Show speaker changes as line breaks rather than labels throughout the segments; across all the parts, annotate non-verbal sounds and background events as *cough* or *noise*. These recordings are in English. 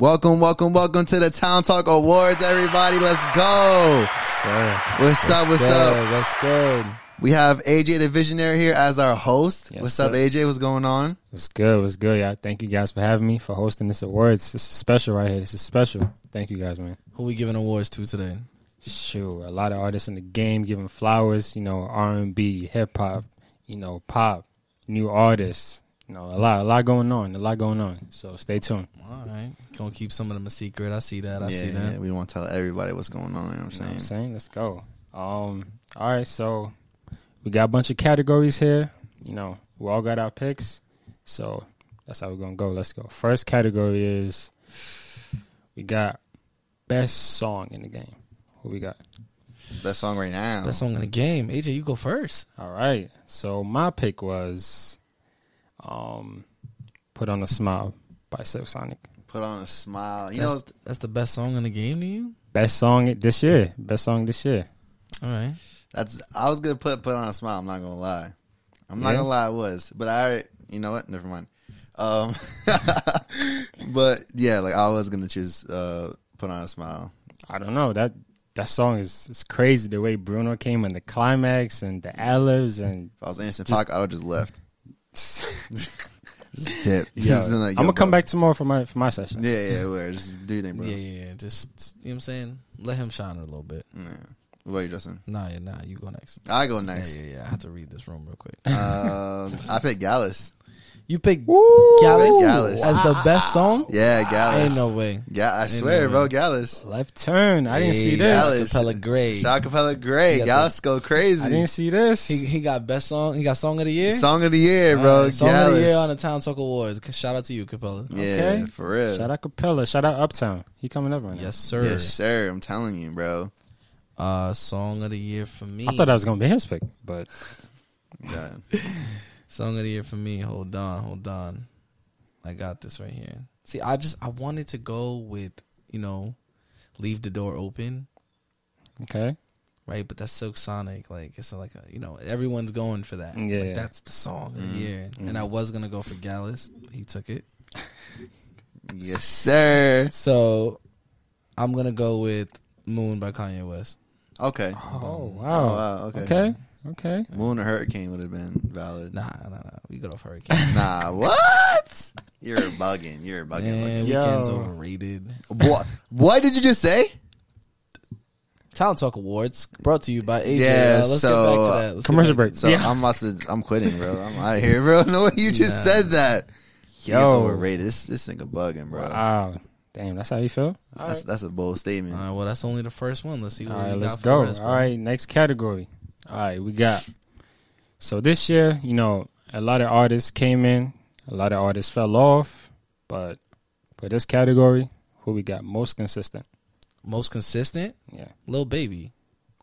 Welcome, welcome, welcome to the Town Talk Awards, everybody. Let's go.
Sir.
What's, up? What's up?
What's good?
We have AJ the Visionary here as our host.
Yes,
what's
sir.
up, AJ? What's going on?
What's good? What's good, y'all? Thank you guys for having me for hosting this awards. This is special right here. This is special. Thank you guys, man.
Who we giving awards to today?
Shoot, a lot of artists in the game giving flowers. You know, R and B, hip hop, you know, pop, new artists. You know, a lot, a lot going on, a lot going on. So stay tuned.
All right, gonna keep some of them a secret. I see that. I
yeah,
see that.
yeah, we want to tell everybody what's going on. You know what I'm
You know what
saying?
I'm saying, let's go. Um, all right, so we got a bunch of categories here. You know, we all got our picks, so that's how we're gonna go. Let's go. First category is we got best song in the game. Who we got?
Best song right now.
Best song in the game. AJ, you go first.
All right, so my pick was um, "Put on a Smile" by Silk Sonic.
Put on a smile. You
that's, that's the best song in the game to you.
Best song this year. Best song this year.
All right.
know, that's I was gonna put put on a smile. I'm not gonna lie. I'm not
Yeah?
gonna lie. I was, but I already, you know what? Never mind. Um, *laughs* but yeah, like I was gonna choose uh, put on a smile.
I don't know that that song is it's crazy the way Bruno came in the climax and the olives and *laughs*
If I was innocent,
Just-
Pac, I would have just left. *laughs* Just dip. Just been like,
I'm
yo,
gonna come
bro.
back tomorrow for my for my session.
Yeah, yeah, where just do your thing, bro.
Yeah, yeah, yeah. Just you know what I'm saying. Let him shine a little bit.
Yeah. What are you, Justin?
Nah, yeah, nah. You go next.
I Mm. go
Yeah,
next.
yeah, yeah. I have to read this room real
*laughs*
quick.
Um, I picked Gallus.
You pick
Woo!
Gallus,
Gallus.
as the best song.
Yeah, Gallus.
Ah, Ain't no way.
Yeah, I
Ain't
swear,
no
bro,
way.
Gallus.
Left turn. I didn't
Hey,
see
Gallus.
this.
Acapella great.
Shout Capella Gray.
Yeah,
Gallus go
I
crazy.
didn't see this.
He he got best song. He got song of the year.
Song of the year,
All
bro.
right, Uh, song of
Gallus.
the year on the Town Talk Awards. Shout out to you, Capella.
yeah,
Okay.
for real.
Shout out Capella. Shout out Uptown. He coming up right now.
Yes, sir.
Yes, sir. I'm telling you, bro.
Uh, song of the year for me.
I thought that was gonna be his pick, but
God.
Song of the year for me. Hold on, hold on. I got this right here. See, I just I wanted to go with you know, leave the door open,
okay.
right? But that's Silk Sonic. Like it's like a, you know everyone's going for that. Like,
Yeah.
that's the song of
Mm-hmm.
the year. And I was gonna go for Gallus, but he took it.
Yes, sir.
So I'm gonna go with Moon by Kanye West.
Okay.
Oh
Oh,
wow.
wow. Okay.
Okay. Okay.
Moon or Hurricane would have been valid.
Nah, nah, nah. We go off Hurricane.
Nah, what? You're bugging. You're bugging. bugging.
Man,
Yo.
weekend's overrated.
What? What did you just say?
Talent Talk Awards brought to you by AJ.
Yeah,
Uh, let's
so,
get back
uh,
to that. Let's get
commercial
back to
break.
So I'm about to. I'm quitting, bro. I'm out of here, bro. *laughs* No, you just
Nah.
said that. Yo, it's
Yo.
overrated. This this nigga bugging, bro.
Wow. Damn. That's how you feel. All
That's
right.
that's a bold statement.
All right, well, that's only the first one. Let's see what
All right.
we
Let's
got
go.
for
All right. Next category. All right. We got. So this year, you know, a lot of artists came in. A lot of artists fell off, but for this category, who we got most consistent?
Most consistent,
Yeah.
Lil Baby.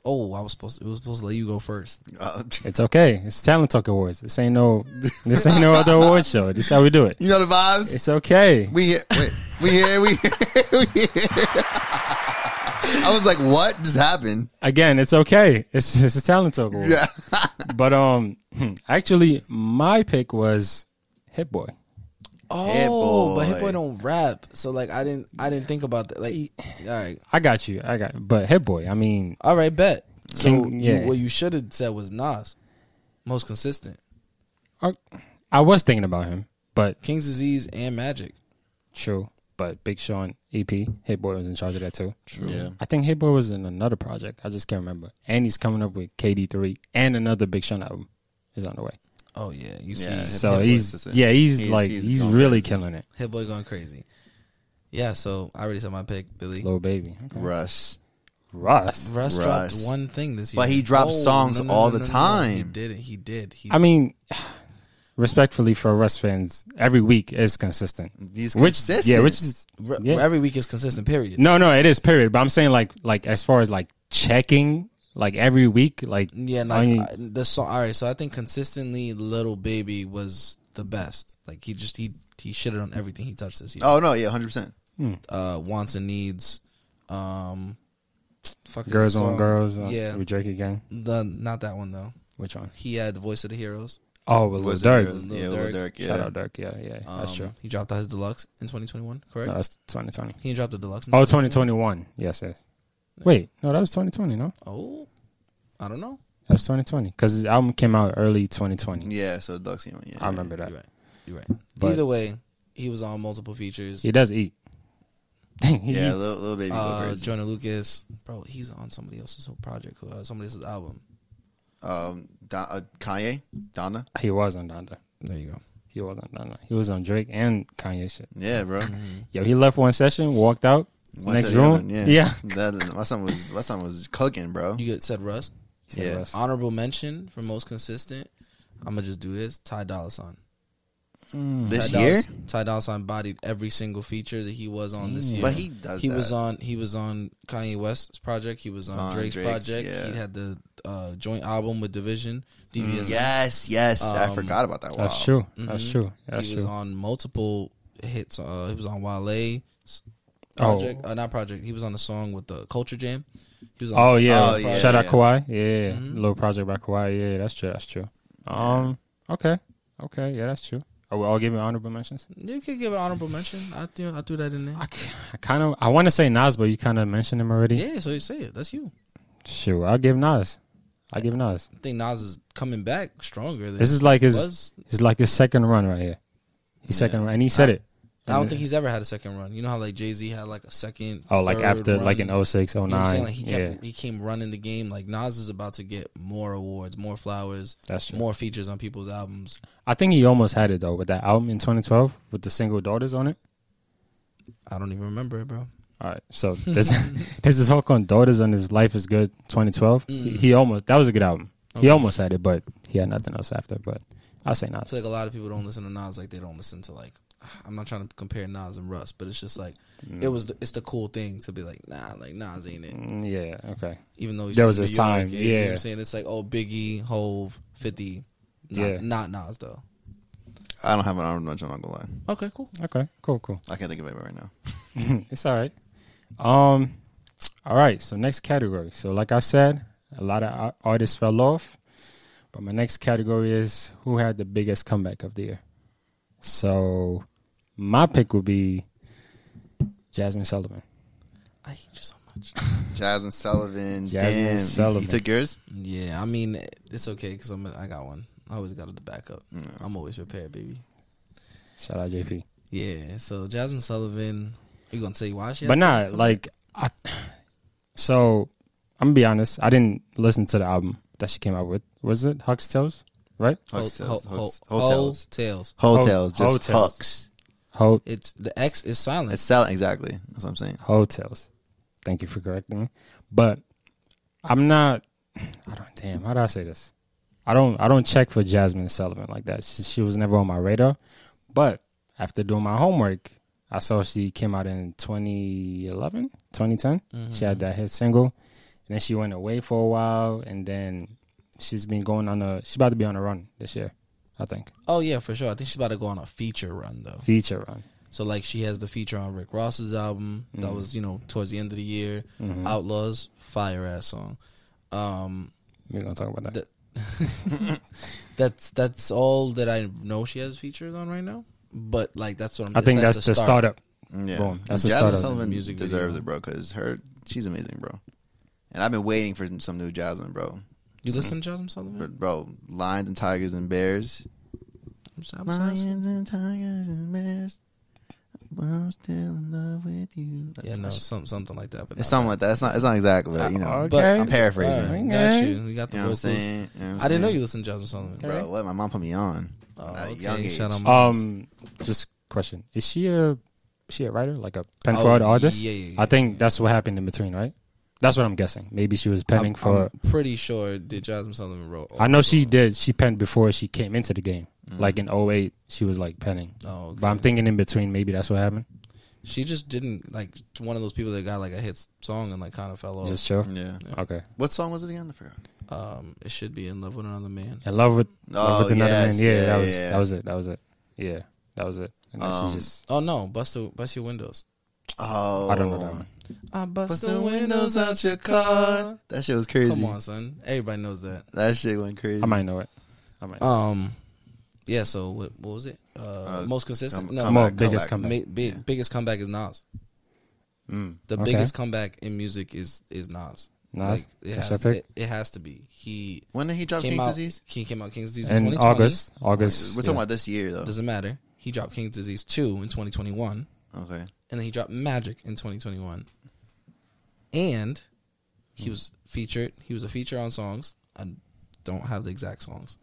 Oh, I was supposed to, it was supposed to let you go first.
Uh,
It's okay. It's Talent Talk Awards. This ain't no *laughs* this ain't no other award show. This is how we do it.
you know the vibes.
It's okay.
we here. Wait, we here. We here. We here. I was like, what just happened?
Again, it's okay. It's it's a Talent Talk Awards.
Yeah.
But um *clears throat* actually my pick was Hit Boy.
Oh, but
Boy.
Hit Boy don't rap, so like I didn't I didn't think about that. Like, all right,
I got you. I got but Hit Boy, I mean
all right, bet. So
King-
you-
yeah.
what you should have said was Nas, most consistent.
I, I was thinking about him, but
King's Disease and Magic.
true. But Big Sean EP, Hit Boy was in charge of that too. True.
Yeah.
I think Hit Boy was in another project. I just can't remember. And he's coming up with KD three and another Big Sean album is on the way.
Oh yeah, you
Yeah,
see,
So
Hit Boy's
he's
consistent.
yeah, he's,
He's-
like
he's
he's,
going
really
crazy.
killing it.
Hit Boy going crazy. Yeah, so I already said my pick, Billy.
Little baby.
Russ.
Russ.
Russ.
Russ, dropped one thing this year, Oh,
But he dropped songs all the
He
time.
did it. He did. He
I mean, *sighs* respectfully for Russ fans, every week is consistent.
He's
Which
consistent.
yeah, which is
Re-
yeah.
Every week is consistent. Period.
no, no, it is period. But I'm saying like like as far as like checking like every week, like
Yeah,
I
like
mean,
I- the song. All right, so I think consistently, Little Baby was the best. Like he just he he shitted on everything he touched this year.
Oh no, yeah, hundred percent.
Uh, wants and needs. Um, fuck is
girls
the
on
song?
girls, uh,
Yeah,
with Drake again.
the not that one though.
Which one?
He had Voice of the Heroes.
Oh, with Lil
Was
Durk.
it-
Lil
Yeah, Lil
Durk.
Durk. Yeah.
Shout out Dirk. Yeah, yeah,
Um,
that's true.
He dropped out his deluxe in 2021, correct?
No, that's 2020.
He dropped the deluxe. In
Oh, 2021. Yes, yes. Wait, no, that was 2020. No,
Oh, I don't know.
that was 2020 because his album came out early 2020.
Yeah, so the Ducks, you know, yeah.
I remember that.
You're right. You're right.
But-
Either way, he was on multiple features.
He does eat. *laughs* Dang, he
Yeah,
eats.
little, little baby go
Uh,
crazy.
Jordan Lucas, bro, he's on somebody else's whole project, uh, somebody else's album.
um, Don, uh, Kanye, Donna.
he was on Donda.
There you go.
He was on Donda. He was on Drake and Kanye shit.
Yeah, bro.
Yo, he left one session, walked out.
One
Next
to the other,
room?
Yeah.
Yeah.
That, my son was my son was cooking, bro.
You get said Russ.
Said
Yeah.
Russ.
Honorable mention for most consistent. I'm gonna just do this. Ty Dolla Sign.
Mm.
This
Ty Dolla-
year,
Ty Dolla Sign bodied every single feature that he was on this year.
but he does.
he
that.
was on he was on Kanye West's project. He was on,
on
Drake's,
Drake's,
project.
yeah.
He had the uh, joint album with Division. DVS.
Mm. Yes, yes. I
Um,
forgot about that. Wow. Mm-hmm.
That's true. That's
Mhm.
true.
He
That's
was
true.
on multiple hits. Uh, he was on Wale's
Oh.
project. Uh, not project. He was on the song with the Culture Jam. He was on
Oh yeah,
Oh, yeah,
shout out
yeah.
Kawhi. Yeah,
Mhm.
little project by Kawhi. Yeah, that's true. That's true. Um, okay, okay, yeah, that's true. Oh, Are we all giving honorable mentions?
You could give an honorable mention. I threw, I threw that in there.
I, kind of I want to say Nas, but you kind of mentioned him already.
Yeah, so you say it. That's you.
Sure, I'll give Nas. I give Nas.
I think Nas is coming back stronger than
This is like
he
his.
was.
It's like his second run right here. His second run, and he said it.
I don't think he's ever had a second run. You know how like Jay Z had like a second.
Oh, like
third
after like
run?
in 06,
You know what I'm
09.
saying? Like he
yeah,
kept he came running the game. Like Nas is about to get more awards, more flowers,
that's true.
more features on people's albums.
I think he almost had it though with that album in 2012 with the single daughters on it.
I don't even remember it, bro.
All right, *laughs* so there's there's this whole on daughters and his life is good 2012. He,
Mm.
he almost that was a good album.
Okay.
He almost had it, but he had nothing else after. But I'll say
I
not.
feel like a lot of people don't listen to Nas like they don't listen to like I'm not trying to compare Nas and Russ, but it's just like it was the, it's the cool thing to be like, nah, like Nas ain't it.
Mm, Yeah, okay,
Even though he's
There
from
was his
New
time,
you know what
yeah.
I'm saying it's like oh Biggie, Hove, Fifty, not,
Yeah.
not Nas though.
I don't have an honorable mention. I'm not gonna lie.
Okay, cool.
okay, cool, cool.
I can't think of it right now.
*laughs* it's all right. Um, all right. So next category. So like I said, a lot of ar- artists fell off, but my next category is who had the biggest comeback of the year. So my pick would be Jasmine Sullivan.
I hate you so much. *laughs*
Jasmine Sullivan.
Jasmine
damn, You-
Sullivan.
You, took yours.
yeah, I mean it's okay because I'm I got one. I always got the backup.
No.
I'm always prepared, baby.
Shout out JP.
Yeah, so Jasmine Sullivan, you gonna say why she? had
but
the
nah,
biggest
like I. *sighs* So I'm gonna be honest. I didn't listen to the album that she came out with. Was it Huck's Tales? Right?
comeback? Ho-
Hotels.
ho- ho-
Hotels. Hotels.
hotels.
Hotels.
Ho-
Just
hotels.
hooks.
Ho
It's the X is silent.
It's selling exactly. That's what I'm saying.
hotels. Thank you for correcting me. But I'm not. I don't. Damn. How do I say this? I don't. I don't check for Jasmine Sullivan like that. She, she was never on my radar. But after doing my homework, I saw she came out in 2011, 2010. She had that hit single, and then she went away for a while, and then she's been going on a. She's about to be on a run this year, I think.
oh yeah, for sure. I think she's about to go on a feature run though.
Feature run.
So like she has the feature on Rick Ross's album that was you know towards the end of the year.
Mm-hmm.
Outlaws fire ass song. Um,
We're gonna talk about that.
that that's that's all that I know she has features on right now. But like that's what I'm.
I think that's, the
start.
startup.
Yeah.
Boom. That's a
Jasmine
startup.
Sullivan
Music video.
deserves it, bro. Because her, she's amazing, bro. And I've been waiting for some new Jasmine, bro.
You listen to Jasmine Sullivan?
But bro, lions and tigers and bears.
I'm s- I'm s-
Lions and tigers and bears. But I'm still in love with you.
Yeah, no, some, something like that. But
It's
not
something like that. It's not. It's not exactly. But, you know,
Uh, Okay.
but I'm
that.
paraphrasing.
All right,
You
we
Okay.
got you. We got the
know what I'm
vocals.
saying? You what I'm
I didn't know
saying?
you listened to Jasmine Sullivan.
Okay.
bro. What my mom put me on
Oh,
at a
okay.
young age.
Shout out my um,
Um, just question: Is she a she a writer, like a pen
Oh,
for an artist?
yeah, yeah,
I think that's what happened in between, right? That's what I'm guessing. Maybe she was penning
I'm,
for.
I'm pretty sure that Jasmine Sullivan wrote. all
i know
the
she
songs.
did. She penned before she came into the game,
Mm-hmm.
like in 08, She was like penning.
Oh, okay.
But I'm thinking in between, maybe that's what happened.
she just didn't like one of those people that got like a hit song and like kind of fell
Oh.
off.
Just chill.
Yeah.
Okay.
What song was it again? I forgot.
um, it should be in love with another man.
In love with, love
Oh,
with another
yes.
man. Yeah,
Yeah,
that was
yeah.
that was it. That was it. Yeah, that was it. And then
Um,
she just.
Oh no, bust the bust your windows.
Oh,
I don't know that one.
I bust,
Bust the windows out your car. That shit was crazy.
Come on, son. Everybody knows that.
oh. That shit went crazy.
I might know it. I might.
Um, Yeah. So what, what was it? Uh,
Uh,
most consistent.
come-
no,
come
Mo-
back, come
biggest
back.
come-
ma-
comeback.
big, biggest comeback is Nas.
Um,
Mm,
The
okay.
biggest comeback in music is is Nas.
Nas?
it
That's
has
your
to,
pick?
it, it has to be. He
When did he drop
came
King's
out.
Disease?
He came out King's disease in
in
2020.
August, August.
We're talking about this year though.
Doesn't matter. He dropped King's disease two in 2021,
Okay.
and then he dropped Magic in 2021. And he
Hmm.
was featured. He was a feature on songs. I don't have the exact songs,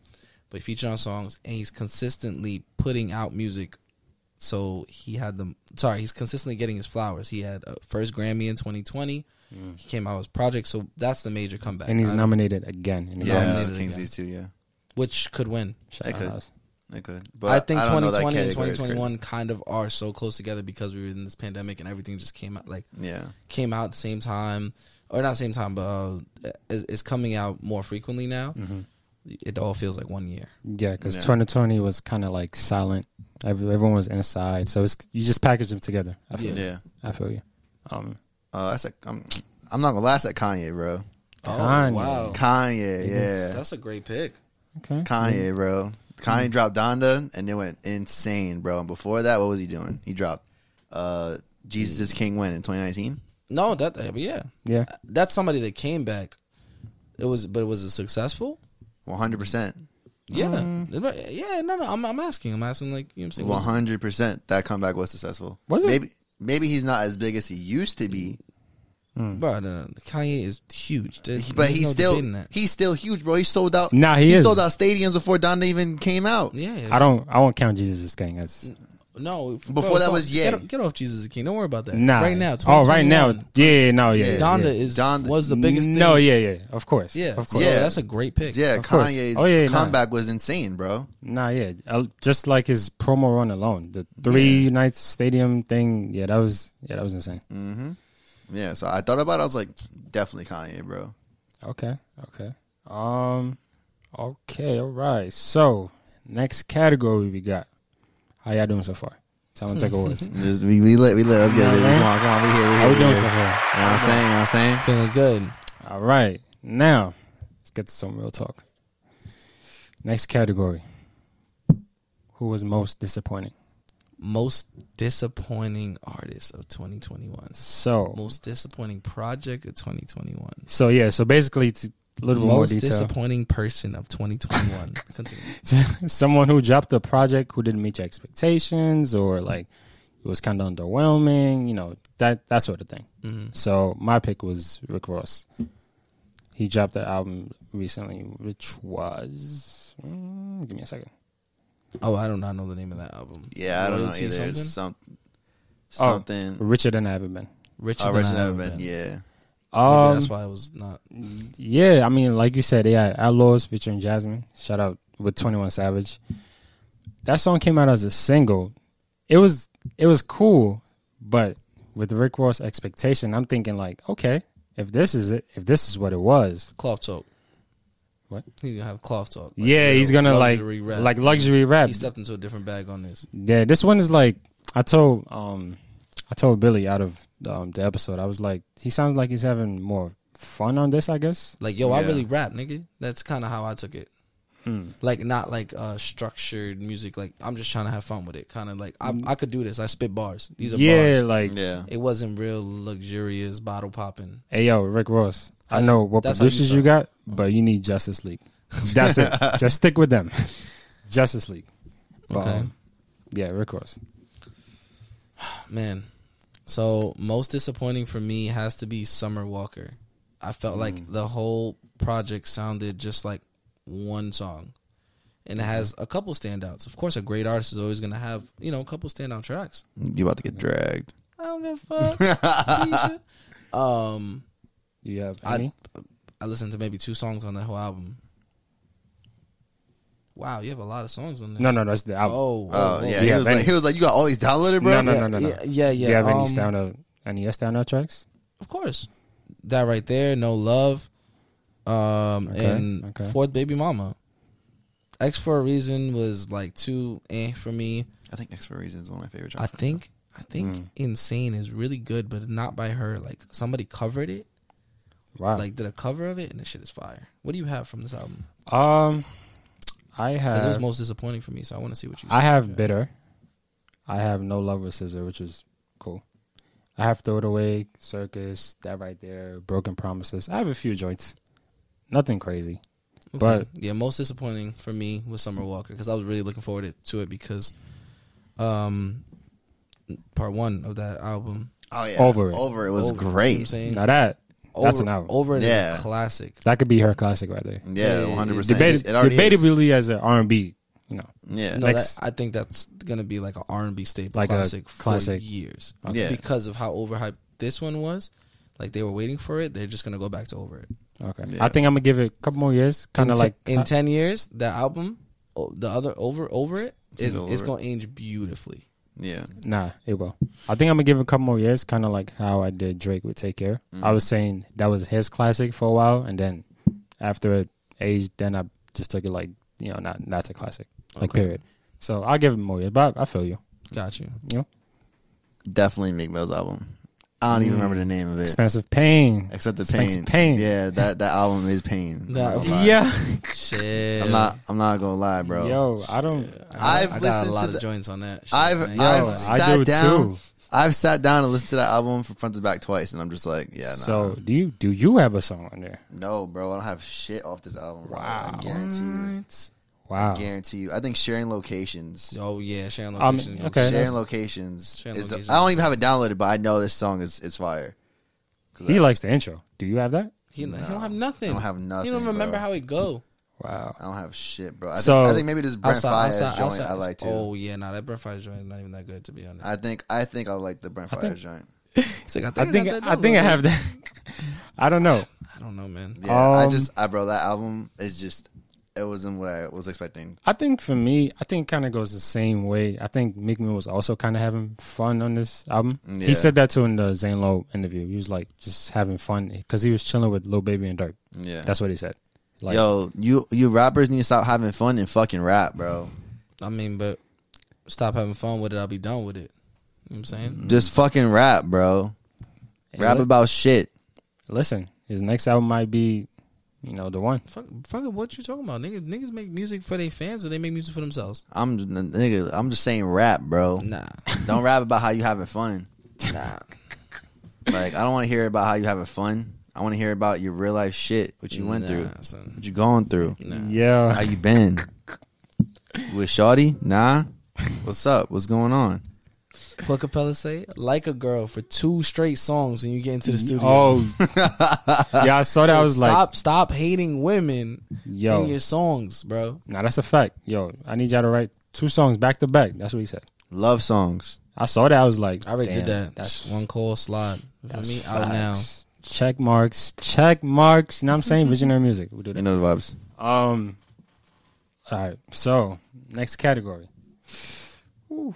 but featured on songs, and he's consistently putting out music. So he had the sorry, he's consistently getting his flowers. He had a first Grammy in 2020. He came out with his project, so that's the major comeback.
Hmm. and he's
I-
nominated again. In the
Yeah,
Grammys.
it
King's
again.
Disease too. Yeah,
which could win.
Shout out
could.
Nas.
it could. But
I think
don't know that
2020 and
category is
2021 kind of are so close together because we were in this pandemic and everything just came out like
great. Yeah,
came out at the same time or not same time but uh, it's, it's coming out more frequently now.
Mm-hmm.
It all feels like one year.
Yeah, because
Yeah.
2020 was kind of like silent. Every, everyone was inside, so it's you just package them together. I feel,
yeah.
you. I feel you. Um,
Uh, that's like I'm. I'm not gonna last at Kanye, bro.
Oh
Kanye.
wow,
Kanye, yeah,
that's a great pick.
okay.
Mm-hmm.
Kanye, bro. Kanye dropped Donda and it went insane, bro. And before that, what was he doing? He dropped uh, Jesus is King when in 2019.
No, that uh, yeah,
Yeah,
that's somebody that came back. It was, but was it successful?
100 percent,
Yeah,
Mm-hmm.
yeah. No, no. I'm, I'm asking. I'm asking. Like you know, what I'm saying. Was-
100 percent. That comeback was successful.
Was it?
Maybe maybe he's not as big as he used to be,
Bro, no, no, Kanye is huge. There's-
but
there's
he's
no
still
debating that.
he's still huge, bro. He sold out.
Nah, he is.
sold out stadiums before Donda even came out.
Yeah, yeah.
I don't. I won't count Jesus as king. As
No,
Before that was Ye.
Get, o- get off Jesus is King. Don't worry about that.
nah.
right now.
Oh, right now.
2021,
Yeah. No. Yeah.
Yeah.
yeah,
Donda
yeah.
is
Donda.
was the biggest.
No.
thing.
Yeah. Yeah. Of course.
yeah,
Of course.
So
Yeah.
that's a great pick.
Yeah,
Of course.
Kanye's
Oh, yeah, nah.
comeback was insane, bro.
Nah. Yeah. Uh, just like his promo run alone, the three nights stadium thing. Yeah. That was. Yeah. That was insane.
Yeah, so I thought about it. I was like, definitely Kanye, bro.
Okay. Okay. Um. Okay. All right. So next category we got. How y'all doing so far? Time to take awards.
This- we, we lit, we lit. Let's get it.
Nah,
baby.
man.
Come on, come on. We here, we here.
How we
we
doing
here.
so far?
You know what I'm saying? You know what I'm saying?
Feeling good.
All right. Now, let's get to some real talk. Next category. Who was most disappointing?
Most disappointing artist of 2021.
So,
Most disappointing project of 2021.
so yeah, so basically it's a little bit more
Most
detail.
disappointing person
*laughs*
of 2021.
*laughs*
Continue.
Someone who dropped a project who didn't meet your expectations or like it was kind of underwhelming, you know, that that sort of thing.
Mhm.
So, my pick was Rick Ross. He dropped that album recently, which was mm, give me a second.
Oh, I do not know the name of that album.
Yeah, I don't know
Royalty
either.
something?
It's some,
Oh,
something.
Richer than I ever been.
Richer
Oh,
than
Rich
I
never
Have
been. Yeah. Mm.
Maybe
Um,
that's why I was not.
Yeah, I mean, like you said, they had Outlaws featuring Jasmine. Shout out with Twenty One Savage. That song came out as a single. It was it was cool, but with Rick Ross expectation, I'm thinking like, okay, if this is it, if this is what it was,
Cloth talk.
What?
He's gonna have cloth talk. Like,
yeah, he's gonna like
luxury rap.
like luxury rap.
he stepped into a different bag on this.
Yeah, this one is like I told um I told Billy out of um, the episode. I was like, he sounds like he's having more fun on this. I guess.
Like, yo, I
Yeah.
really rap, nigga. That's kind of how I took it.
Hmm.
Like, not like uh structured music. Like, I'm just trying to have fun with it. Kind of like I, I could do this. I spit bars. These are
yeah,
bars.
like
Yeah.
It wasn't real luxurious bottle popping.
Hey yo, Rick Ross. I know what
That's how you
producers you, got, but you need Justice League. That's it. Just stick with them. Justice League. But,
Okay.
um, yeah, Rick Ross.
Man. So most disappointing for me has to be Summer Walker. I felt
Mm.
like the whole project sounded just like one song. And it
Mm-hmm.
has a couple standouts. Of course, a great artist is always going to have, you know, a couple standout tracks.
You about to get dragged.
I don't give a
*laughs*
fuck. Keisha. um,
You have
I-
any?
I listened to maybe two songs on that whole album. Wow, you have a lot of songs on this.
no, no, that's the album.
Oh,
Oh, yeah. He
yeah,
was
Benny.
like, he was like, you got all these downloaded, bro?
no, no, no, no, no.
Yeah, yeah, yeah.
Do you have any
um,
standout, any yes standout tracks?
Of course. That right there, No Love. Um
Okay,
and
okay.
Fourth Baby Mama. X for a Reason was like too eh for me.
I think X for a Reason is one of my favorite
I
tracks.
think I think
Mm.
Insane is really good, but not by her. Like somebody covered it,
Wow. Ah.
like did a cover of it, and the shit is fire. What do you have from this album?
um, I
because it was
have
most disappointing for me. So I want to see what you.
I
say.
have bitter. I have no love with scissor, which is cool. I have throw it away, circus, that right there, broken promises. I have a few joints. Nothing crazy.
Okay.
but-
yeah, most disappointing for me was Summer Walker because I was really looking forward to- to it because, um, part one of that album.
Oh yeah,
Over it.
over it was
Over, You know what I'm
great.
saying
Now that
over,
that's an album.
Over it is a
Yeah.
classic.
that could be her classic right there.
Yeah,
Yeah,
one hundred percent.
Debated,
It already is.
debatably as an R and B, you know.
Yeah,
No,
Next.
that, I think that's gonna be like an R and B staple
Like a
classic,
classic.
for years.
Okay. Yeah.
because of how overhyped this one was. Like they were waiting for it, they're just gonna go back to over it.
Okay.
Yeah.
I think I'm gonna give it a couple more years. Kind
In
of
te-
like uh,
in ten years, that album, oh, the other over over it is
Single
it's
Over
gonna age beautifully.
yeah,
Nah, it will. I think I'm gonna give it a couple more years, kind of like how I did Drake with Take Care. I was saying that was his classic for a while, and then after it aged, then I just took it like you know, not that's a classic, like
Okay.
period. So I'll give it more years, but I feel you.
Got you.
You know,
definitely Meek Mill's album. I don't even remember the name of it,
expensive pain.
except the
Expense
pain.
Pain.
Yeah, that that album is pain. I'm
That-
not gonna lie.
*laughs* Yeah,
Shit.
I'm not. I'm not gonna lie, bro.
yo, I don't.
I've
I got a
listened
lot
to
of
the-
joints on that. Shit,
I've
man.
Yo,
I've
I
sat
do
down.
too.
I've sat down and listened to that album from front to back twice, and I'm just like, yeah, nah.
So do you do you have a song on there?
no, bro, I don't have shit off this album. Bro.
Wow.
I guarantee you.
What?
Wow.
Guarantee you. I think sharing locations.
Oh yeah, Sharon
I mean,
Location.
Um, okay. Yeah, that's-
Sharing locations.
Sharing
is the-
Locations.
I don't even have it downloaded, but I know this song is is fire.
He likes the intro. Do you have that?
He, he don't have nothing.
I don't have
He don't
nothing,
remember
bro.
how it go.
Wow.
I don't have shit, bro. I,
So-
think, I think maybe this Brent Fires joint I like too.
Oh yeah, nah, that Brent Fires joint not even that good to be honest.
I think I think I like the Brent
I think-
Fires joint.
It's like,
I think I think I have that. *laughs* I don't know.
I don't know, man.
Yeah, I
Um,
just I bro that album is just it wasn't what I was expecting.
I think for me, I think kind of goes the same way. I think Meek Mill was also kind of having fun on this album.
Yeah.
He said that too in the Zane Lowe interview. He was like just having fun because he was chilling with Lil Baby and Dirk.
Yeah.
That's what he said. Like,
Yo, you you rappers need to stop having fun and fucking rap, bro.
I mean, but stop having fun with it. I'll be done with it. You know what I'm
Mm-hmm.
saying?
Just fucking rap, bro.
hey,
Rap
li-
about shit.
Listen, his next album might be, you know, the one.
Fuck, fuck it, what you talking about? Niggas, niggas make music for their fans or they make music for
*laughs*
themselves?
I'm just- nigga. I'm just saying rap, bro.
Nah.
Don't rap about how you having fun.
*laughs*
nah.
Like I don't want to hear about how you having fun. I want to hear about your real life shit, what you went
Nah,
through,
son.
what you going through,
Nah.
how
Yeah,
you been with Shawty. Nah, what's up? What's going on?
What Capella say? Like a girl for two straight songs when you get into the studio.
*laughs*
*laughs*
oh, yeah. I saw that. I was
stop, stop hating women
like, yo,
in your songs, bro.
now that's a fact. Yo, I need y'all to write two songs back to back. That's what he said.
Love songs.
I saw that. I was like,
I already
damn,
did that.
That's
That's one call slide. For
That's
me, out now.
facts. Check marks, check marks. You know what I'm
*laughs*
saying? Visionary music. We do
You
that.
know the vibes.
Um. All right. So next category. Ooh.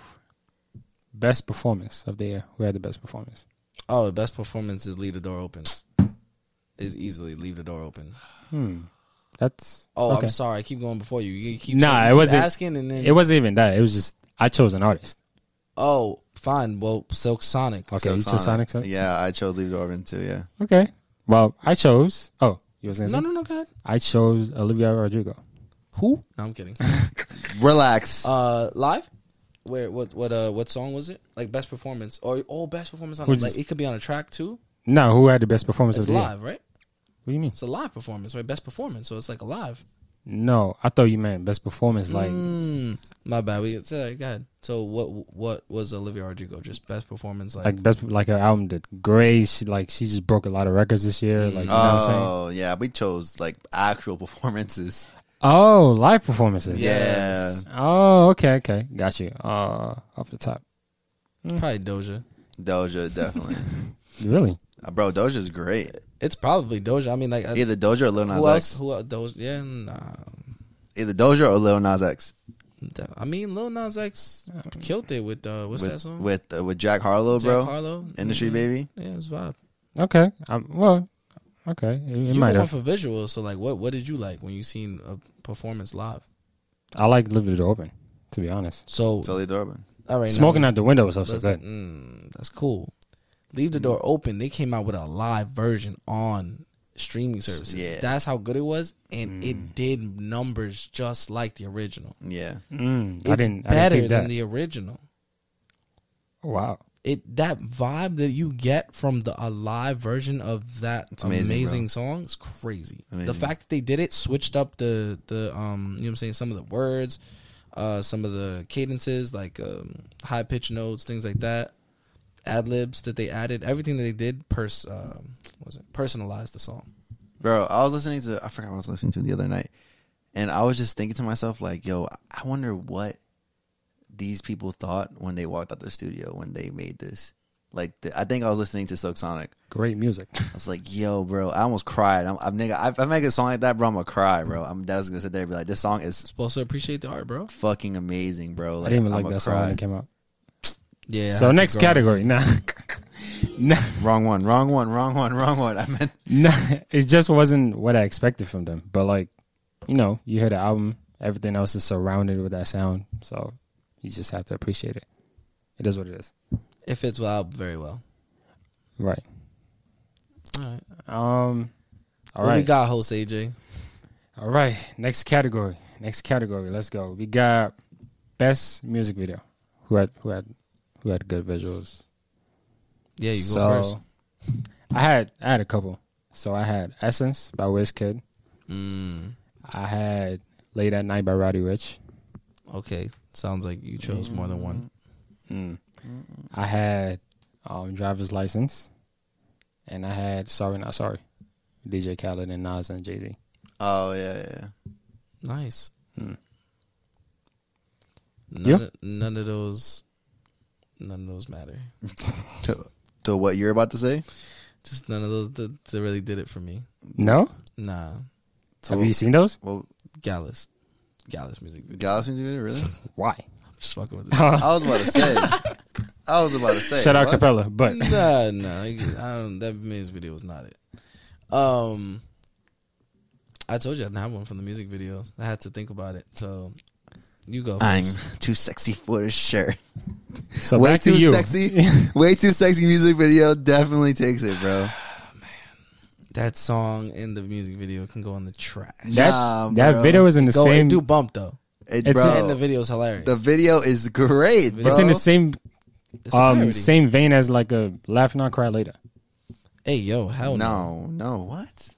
Best performance of the year. Who had the best performance?
Oh, the best performance is leave the door open. Is easily leave the door open.
Hmm. That's
Oh,
okay.
I'm sorry. I keep going before you. You keep
Nah,
saying-
it
you keep
wasn't-
asking, and then
It wasn't even that. It was just I chose an artist.
oh, fine. Well, Silk Sonic.
Okay, you
Sonic.
chose Sonic. Sonic?
Yeah, I chose Leave the Door Open too. Yeah,
Okay. Well, I chose. Oh, you was gonna say?
No, no, no. Go ahead.
I chose Olivia Rodrigo.
Who? No,
*laughs*
I'm kidding.
relax.
Oh,
uh, live. Where? What? What? Uh, what song was it? Like best performance or oh, best performance on
Who
a,
just-
like it could be on a track too.
No, who had the best performance
It's
of the year?
live, right?
What do you mean?
It's a live performance, right? Best performance. So it's like a live.
No, I thought you meant best performance. Like
Mm, my bad. We sorry, go ahead. So what? What was Olivia Rodrigo? Just best performance. Like,
like that's like her album did great. She like she just broke a lot of records this year. Like you know what I'm saying?
oh yeah, we chose like actual *laughs* performances.
Oh, live performances.
Yes.
Oh, okay, okay, got you. Uh, off the top,
probably Doja.
Yeah, Doja definitely. *laughs*
really?
Uh, bro, Doja's great.
It's probably Doja. I mean, like I-
Either Doja or Lil Nas
who else?
X.
Who else? Doja? Yeah, nah.
Either Doja or Lil Nas X
That- I mean, Lil Nas X killed it with uh, what's that
with
song?
with uh, with Jack Harlow,
Jack
bro.
Harlow.
Industry
Mhm.
baby.
Yeah, it was vibe.
Okay. Um, well, okay. It, it
You
might
might one
have.
for visuals, so like, what what did you like when you seen a performance live?
I like "Leave the Door Open." To be honest,
So
Totally adorable.
all right, now
"Smoking Out
let's-
the Window" was also
let's-
good.
mm, that's cool. Leave the door open. They came out with a live version on streaming services.
Yeah.
That's how good it was, and it did numbers just like the original.
Yeah.
Mm,
It's
I didn't. I
better
didn't think
than
that.
the original.
wow.
It that vibe that you get from the alive version of that
It's amazing,
amazing,
bro.
song is crazy. The
Amazing.
fact that they did it switched up the the um you know what I'm saying some of the words, uh some of the cadences like um, high pitch notes things like that, ad libs that they added everything that they did pers um what was it personalized the song.
Bro, I was listening to I forgot what I was listening to the other night. And I was just thinking to myself, like, yo, I wonder what these people thought when they walked out the studio when they made this. Like, the, I think I was listening to Silk Sonic.
Great music. *laughs*
I was like, yo, bro, I almost cried. I'm, I'm nigga, I- if I make a song like that, bro, I'm gonna cry, bro. I'm that's gonna sit there and be like, this song is
Supposed to appreciate the art, bro.
fucking amazing, bro.
I
Like,
didn't even
I'm
like
gonna
that song when
cry.
it came out.
Yeah.
so next category, *laughs* nah,
*laughs*
nah,
Wrong one, wrong one, wrong one, wrong one. I meant
*laughs* nah. It just wasn't what I expected from them. But like, you know, you hear the album, everything else is surrounded with that sound. So you just have to appreciate it. It is what it is,
It fits well very well.
right?
All right.
Um, all
what
right.
we got, host AJ?
All right, next category. Next category. Let's go. We got best music video. Who had who had who had good visuals?
Yeah, you go
So,
first.
I had I had a couple. So I had Essence by Wizkid.
Mm,
I had Late at Night by Roddy Rich.
okay. Sounds like you chose more than one.
Mm. I had um, Driver's License, and I had Sorry Not Sorry, DJ Khaled and Nas and Jay Z.
Oh yeah, yeah, yeah.
Nice.
Mm.
None,
Yeah.
of, none of those, none of those matter.
To, to what you're about to say?
Just none of those that, that really did it for me.
No,
Nah,
have you seen those?
Well,
Gallus, Gallus music video.
Galaxy Music Video, really?
Why?
Just
*laughs*
fucking with it.
I was about to say. I was about to say.
Shut out
what?
Capella,
*laughs*
but
nah, nah. I don't. That music video was not it. Um, I told you I didn't have one from the music videos. I had to think about it. So, you go.
I'm
first.
too sexy for this shirt.
so
way
back
too
to you. *laughs*
sexy. way too sexy music video definitely takes it, bro.
That song in the music video can go in the trash.
That
Nah,
that
bro.
video is in the
Go
same. Oh.
and do bump though.
It,
It's-
bro
And the video's hilarious.
the video is great, bro.
It's in the same
It's a
um
parody.
same vein as like a laugh not cry later.
Hey yo, hell
No,
no.
no, what?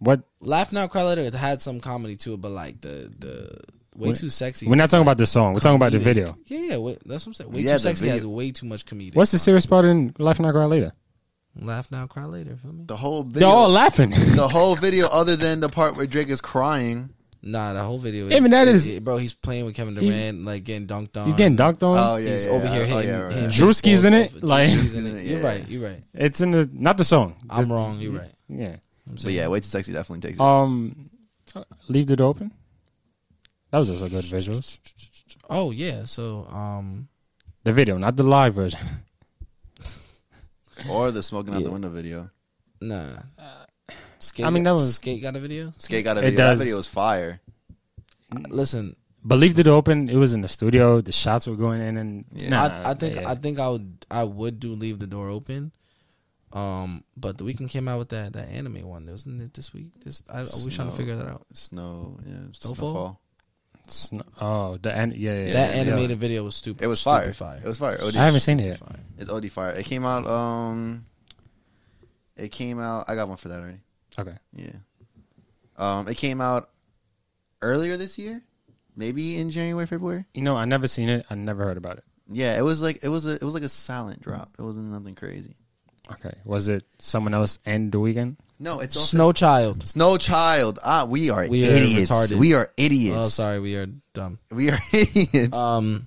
What
Laugh Now Cry Later it had some comedy to it, but like the the way
We're-
too sexy.
we're not talking about the song. We're talking about the
comedic.
video.
Yeah, yeah, wait, that's what I'm saying. Way
Yeah,
too
the
sexy has
video.
way too much comedic.
What's the serious part in laugh not cry later?
Laugh Now Cry Later? Feel me?
The whole
They're
video.
all laughing. *laughs*
the whole video, other than the part where Drake is crying.
Nah, the whole video. Is,
Yeah, man, that
it-
is-
it- bro. He's playing with Kevin Durant, like getting dunked on.
He's getting dunked on.
Oh yeah,
He's
yeah,
over
yeah.
here
Oh,
hitting.
yeah, right,
hitting
right.
Drewski's in
baseballs
it,
over-
like-
Drewski's in
*laughs*
it. You're
Yeah.
right. You're right.
It's in the not the song.
I'm wrong. You're right.
Yeah.
I'm
But
saying-
yeah, way too sexy definitely takes it.
Um, leave it open. That was also good visuals.
Oh yeah. So um.
The video, not the live version. *laughs*
Or the smoking out
yeah.
the window video.
Nah. Skate,
Uh, I mean, that was-
skate got a video.
Skate got a
It
video. That
does.
video was fire.
Listen,
But leave it open. It was in the studio. The shots were going in, and
Yeah.
Nah,
I, I think
yeah.
I think I would I would do leave the door open. Um, but the weekend came out with that that anime one, wasn't it? This week, this I, I was trying
Snow.
to figure that out.
Snow, yeah,
Snowfall?
snowfall.
It's not- oh the an, yeah, yeah,
that
yeah.
animated video was stupid.
It was fire.
Stupid fire.
It was fire. OD.
yeah. I haven't seen it yet.
Fire.
It's OD fire. It came out. Um, it came out. I got one for that already.
Okay.
Yeah. Um, it came out earlier this year, maybe in January, February.
You know, I never seen it. I never heard about it.
Yeah, it was like it was a it was like a silent drop. It wasn't nothing crazy.
Okay. Was it someone else and the weekend?
No, it's also
Snow Child.
Snow Child. Ah, we are
We are
idiots.
retarded.
We are idiots.
Oh, sorry, we are dumb.
We are *laughs* idiots.
Um,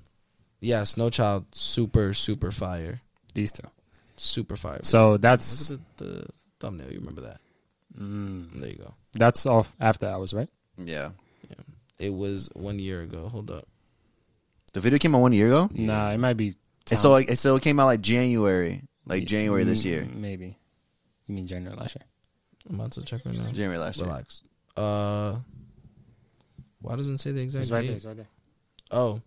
yeah, Snow Child, super super fire,
These two.
super fire.
So
Look
that's
at the, the thumbnail. You remember that? Mm. There you go.
that's off after hours, right?
yeah,
It was one year ago. Hold up.
the video came out one year ago,
Nah, it might be.
and so like, so it came out like January, like January this year,
Mm.
maybe. You mean January last year?
I'm about to check right now.
January last year.
Relax. Uh, why doesn't it say the exact
It's right
date?
there. It's right there.
Oh,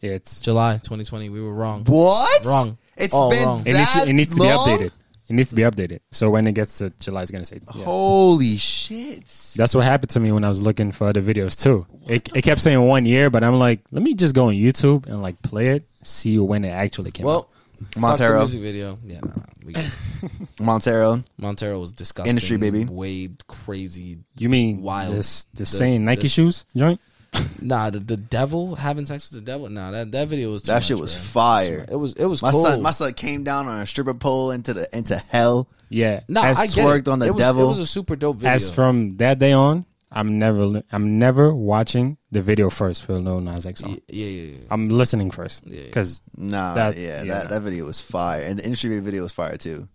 Yeah, it's
July 2020. We were wrong.
What?
Wrong.
It's
All
been
wrong.
it needs to,
that
it needs to be
long?
updated. It needs to be updated. So when it gets to July, it's gonna say. yeah.
Holy shit!
That's what happened to me when I was looking for other videos too. It, it kept saying one year, but I'm like, let me just go on YouTube and like play it, see when it actually came out.
Well, Montero
Montero,
music video. Yeah, no, no,
*laughs*
we-
Montero.
Montero was disgusting.
Industry, baby.
way crazy.
You mean
Wild.
this this
The-
saying Nike
the-
shoes joint?
Nah, the, the devil having sex with the devil. Nah, that, that video was too
That
much,
shit was
bro.
fire.
It was it was
My
cool.
son, my son came down on a stripper pole into the into hell.
Yeah.
no,
as,
I get it.
twerked on the
It was-
devil.
It was a super dope video.
as from that day on, I'm never li- I'm never watching the video first for Lil Nas X song.
yeah, yeah, yeah.
I'm listening first
Yeah, yeah.
because
Nah,
That-
yeah,
yeah.
that that video was fire, and the industry video was fire too.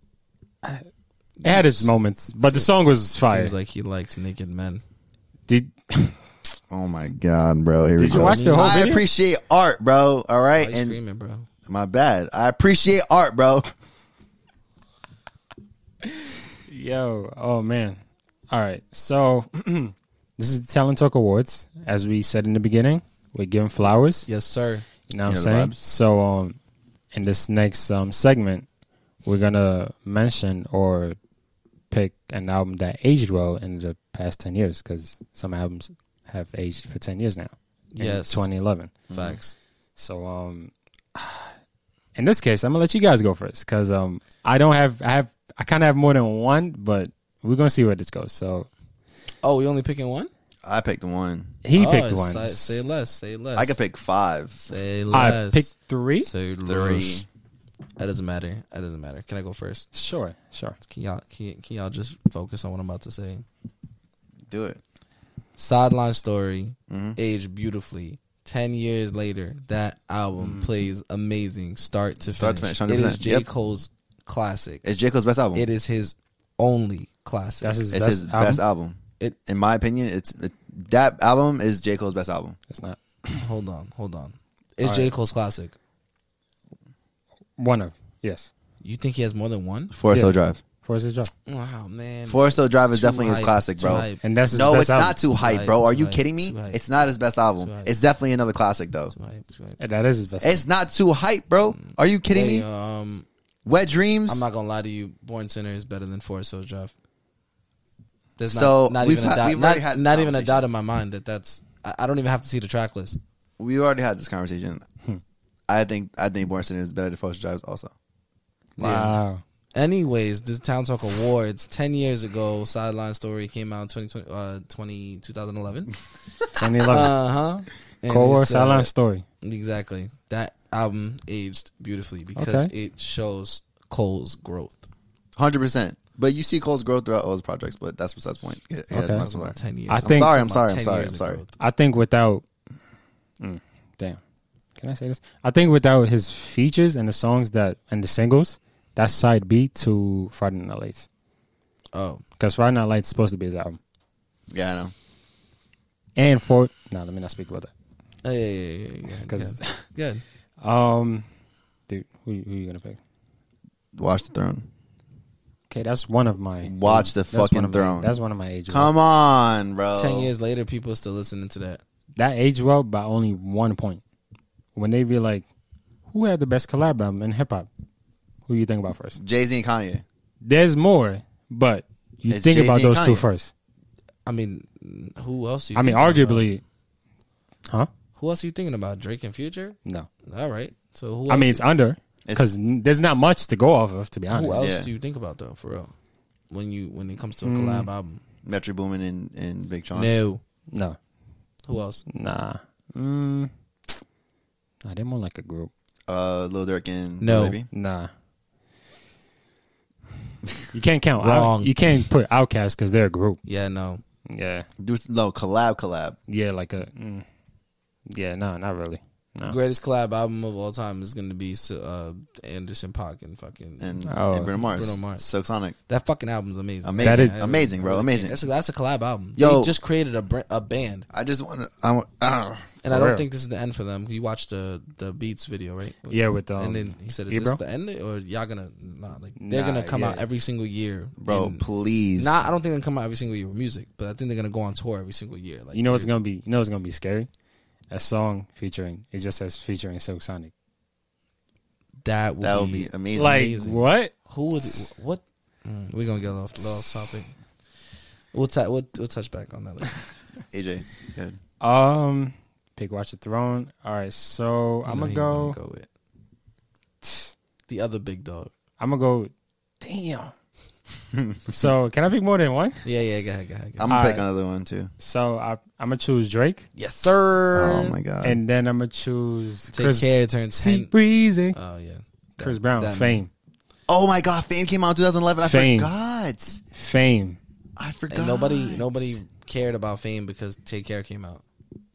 it had its moments, but the song was fire.
Seems like he likes naked men.
Did
Oh my god, bro! Here
Did
we
you
go.
watch the whole
I
video?
appreciate art, bro. All right,
Why you
and
screaming, bro?
my bad. I appreciate art, bro.
Yo, oh man. All right. So, *clears throat* this is the Talent Talk Awards. As we said in the beginning, we're giving flowers.
Yes, sir.
You know what I'm
Yeah, the
saying?
vibes.
So, um, in this next um, segment, we're going to mention or pick an album that aged well in the past 10 years because some albums have aged for 10 years now. in
Yes.
2011.
Mm.
Facts.
So, um, in this case, I'm gonna let you guys go first because um, I don't have, I have, I kind of have more than one, but we're gonna see where this goes. So
Oh, we only picking one?
I picked one.
he
Oh,
picked
it's
one.
like, say less. Say less.
I could pick five.
Say
I
less.
picked three.
Say
Three.
less. That doesn't matter. That doesn't matter. Can I go first?
Sure, sure.
Can y'all can, can y'all just focus on what I'm about to say?
Do it.
Sideline Story
Mhm.
aged beautifully. Ten years later, that album plays amazing, start to
Mm-hmm. Start to
finish.
finish,
It is
100%.
J
Yep.
Cole's classic.
It's J Cole's best album.
It is his only classic.
That's his,
it's
best,
his
album?
best album.
It-
in my opinion, it's it, that album is J Cole's best album.
It's not
*clears throat* hold on, hold on. It's
All
J
right.
Cole's classic.
one of yes.
You think he has more than one?
Forest
Yeah.
Hill Drive.
Forest Hill Drive,
Wow, man.
Forest Hill Drive is
Too
definitely his
hype,
classic,
too
bro.
hype,
and that's his
No,
best
it's
album.
not too hype,
hype,
bro. Are
too
you
hype,
kidding me?
too hype.
It's not his best
Too
album.
hype.
It's definitely another classic though.
too hype, too hype.
And That is his best.
It's not too hype, bro. Are you kidding
Hey,
me?
um,
Wet Dreams.
I'm not gonna lie to you. Born Sinner is better than Forest Hill Drive. There's
So,
not, not
we've
even
had-
a doubt,
we've
not,
already had this
not even a
conversation.
doubt in my mind that that's. I, I don't even have to see the track list.
we already had this conversation.
Hmm.
I think I think Born Sinner is better than Forest Hill Drive also.
album. Wow.
Anyways, this Town Talk Awards ten years ago. Sideline Story came out in 2020, uh, 20,
*laughs*
2011.
2011.
*laughs* Uh huh.
Cole or Silent Story.
uh, Exactly. That album aged beautifully because
Okay.
it shows Cole's growth.
Hundred percent. But you see Cole's growth throughout all his projects, but that's besides the point. Yeah, yeah,
Okay.
that's
About
why.
Ten years.
I
I'm
think-
sorry,
talking
I'm
about
sorry, I'm
10
sorry,
years
I'm
of
sorry.
growth.
I think without, mm, damn, can I say this? I think without his features and the songs that and the singles, that's side B to Friday Night Lights
Oh,
because Friday Night Lights is supposed to be his album.
Yeah, I know.
And for no, let me not speak about that
yeah, yeah, yeah, yeah,
*laughs*
yeah.
because,
Good. Good.
um, dude, who, who you gonna pick?
Watch the Throne.
Okay, that's one of my
Watch the
that's one
fucking
of my-
throne.
That's one of my age.
Come on, bro.
Um,
Ten years later, people are still listening to that.
that age well by only one point. When they be like, who had the best collab album in hip hop? Who you think about first?
Jay Z and Kanye.
There's more, but you
It's
think
Jay-Z
about
and
those two
Kanye.
first.
I mean, who else? Are you
I mean,
thinking about?
arguably, huh?
who else are you thinking about? Drake and Future.
No,
All right. So who?
I mean
else-
it's under
It's-
because there's not much to go off of, to be
who
honest. Mm,
else
Yeah.
do you think about though? For real, when you when it comes to a collab album,
Metro Boomin and, and Big Sean.
no.
No,
Who else?
nah, mm, nah, they're more like a group.
Uh Lil Durk and
No.
Lil Baby.
Nah, you can't count.
Wrong.
Out, you can't put Outcast because they're a group.
Yeah, no.
Yeah,
Do no collab collab.
yeah, like a. Mm, yeah, no, not really. No.
Greatest collab album of all time is gonna be uh, Anderson Paak and fucking
And,
Oh.
and Bruno Mars.
Bruno Mars.
Silk Sonic.
that fucking album's amazing.
Amazing.
That is-
amazing, bro. Amazing.
That's a, that's a collab album.
Yo.
they just created a br- a band,
I just want to. I want. Uh,
and
For
I don't
real.
think this is the end for them. You watched the the Beats video, right?
Yeah, with um,
and then he said, "Is
Ebro?
this the end, or y'all gonna nah, like they're
Nah,
gonna come
yeah.
out every single year,
bro,
and-
please.
Nah, I don't think they're gonna come out every single year with music, but I think they're gonna go on tour every single year. Like
You know what's gonna be? You know what's gonna be scary? A song featuring it just says featuring Silk Sonic.
That would,
That
be,
would be amazing.
Like
Amazing.
what?
who would what? Mm, we're gonna get off the off topic. We'll, ta- we'll we'll touch back on that later.
AJ, good.
Um, pick Watch the Throne. All right, so
You
I'm
know
gonna
who you
go.
wanna with
*sniffs*
the other big dog.
I'm gonna go.
*laughs*
Damn. so can I pick more than one?
Yeah, yeah. Go ahead, go ahead. Go ahead.
I'm gonna pick
Alright.
another one too.
So I, I'm gonna choose Drake,
yes, sir.
Oh my god.
and then I'm gonna choose
Uh, Take
Chris.
care. Turn
Sea
ten.
breezy.
Oh yeah. That-
Chris Brown.
that man.
Fame.
oh my god, Fame came out in 2011. I
Fame.
forgot.
Fame.
I forgot.
And nobody nobody cared about Fame because Take Care came out.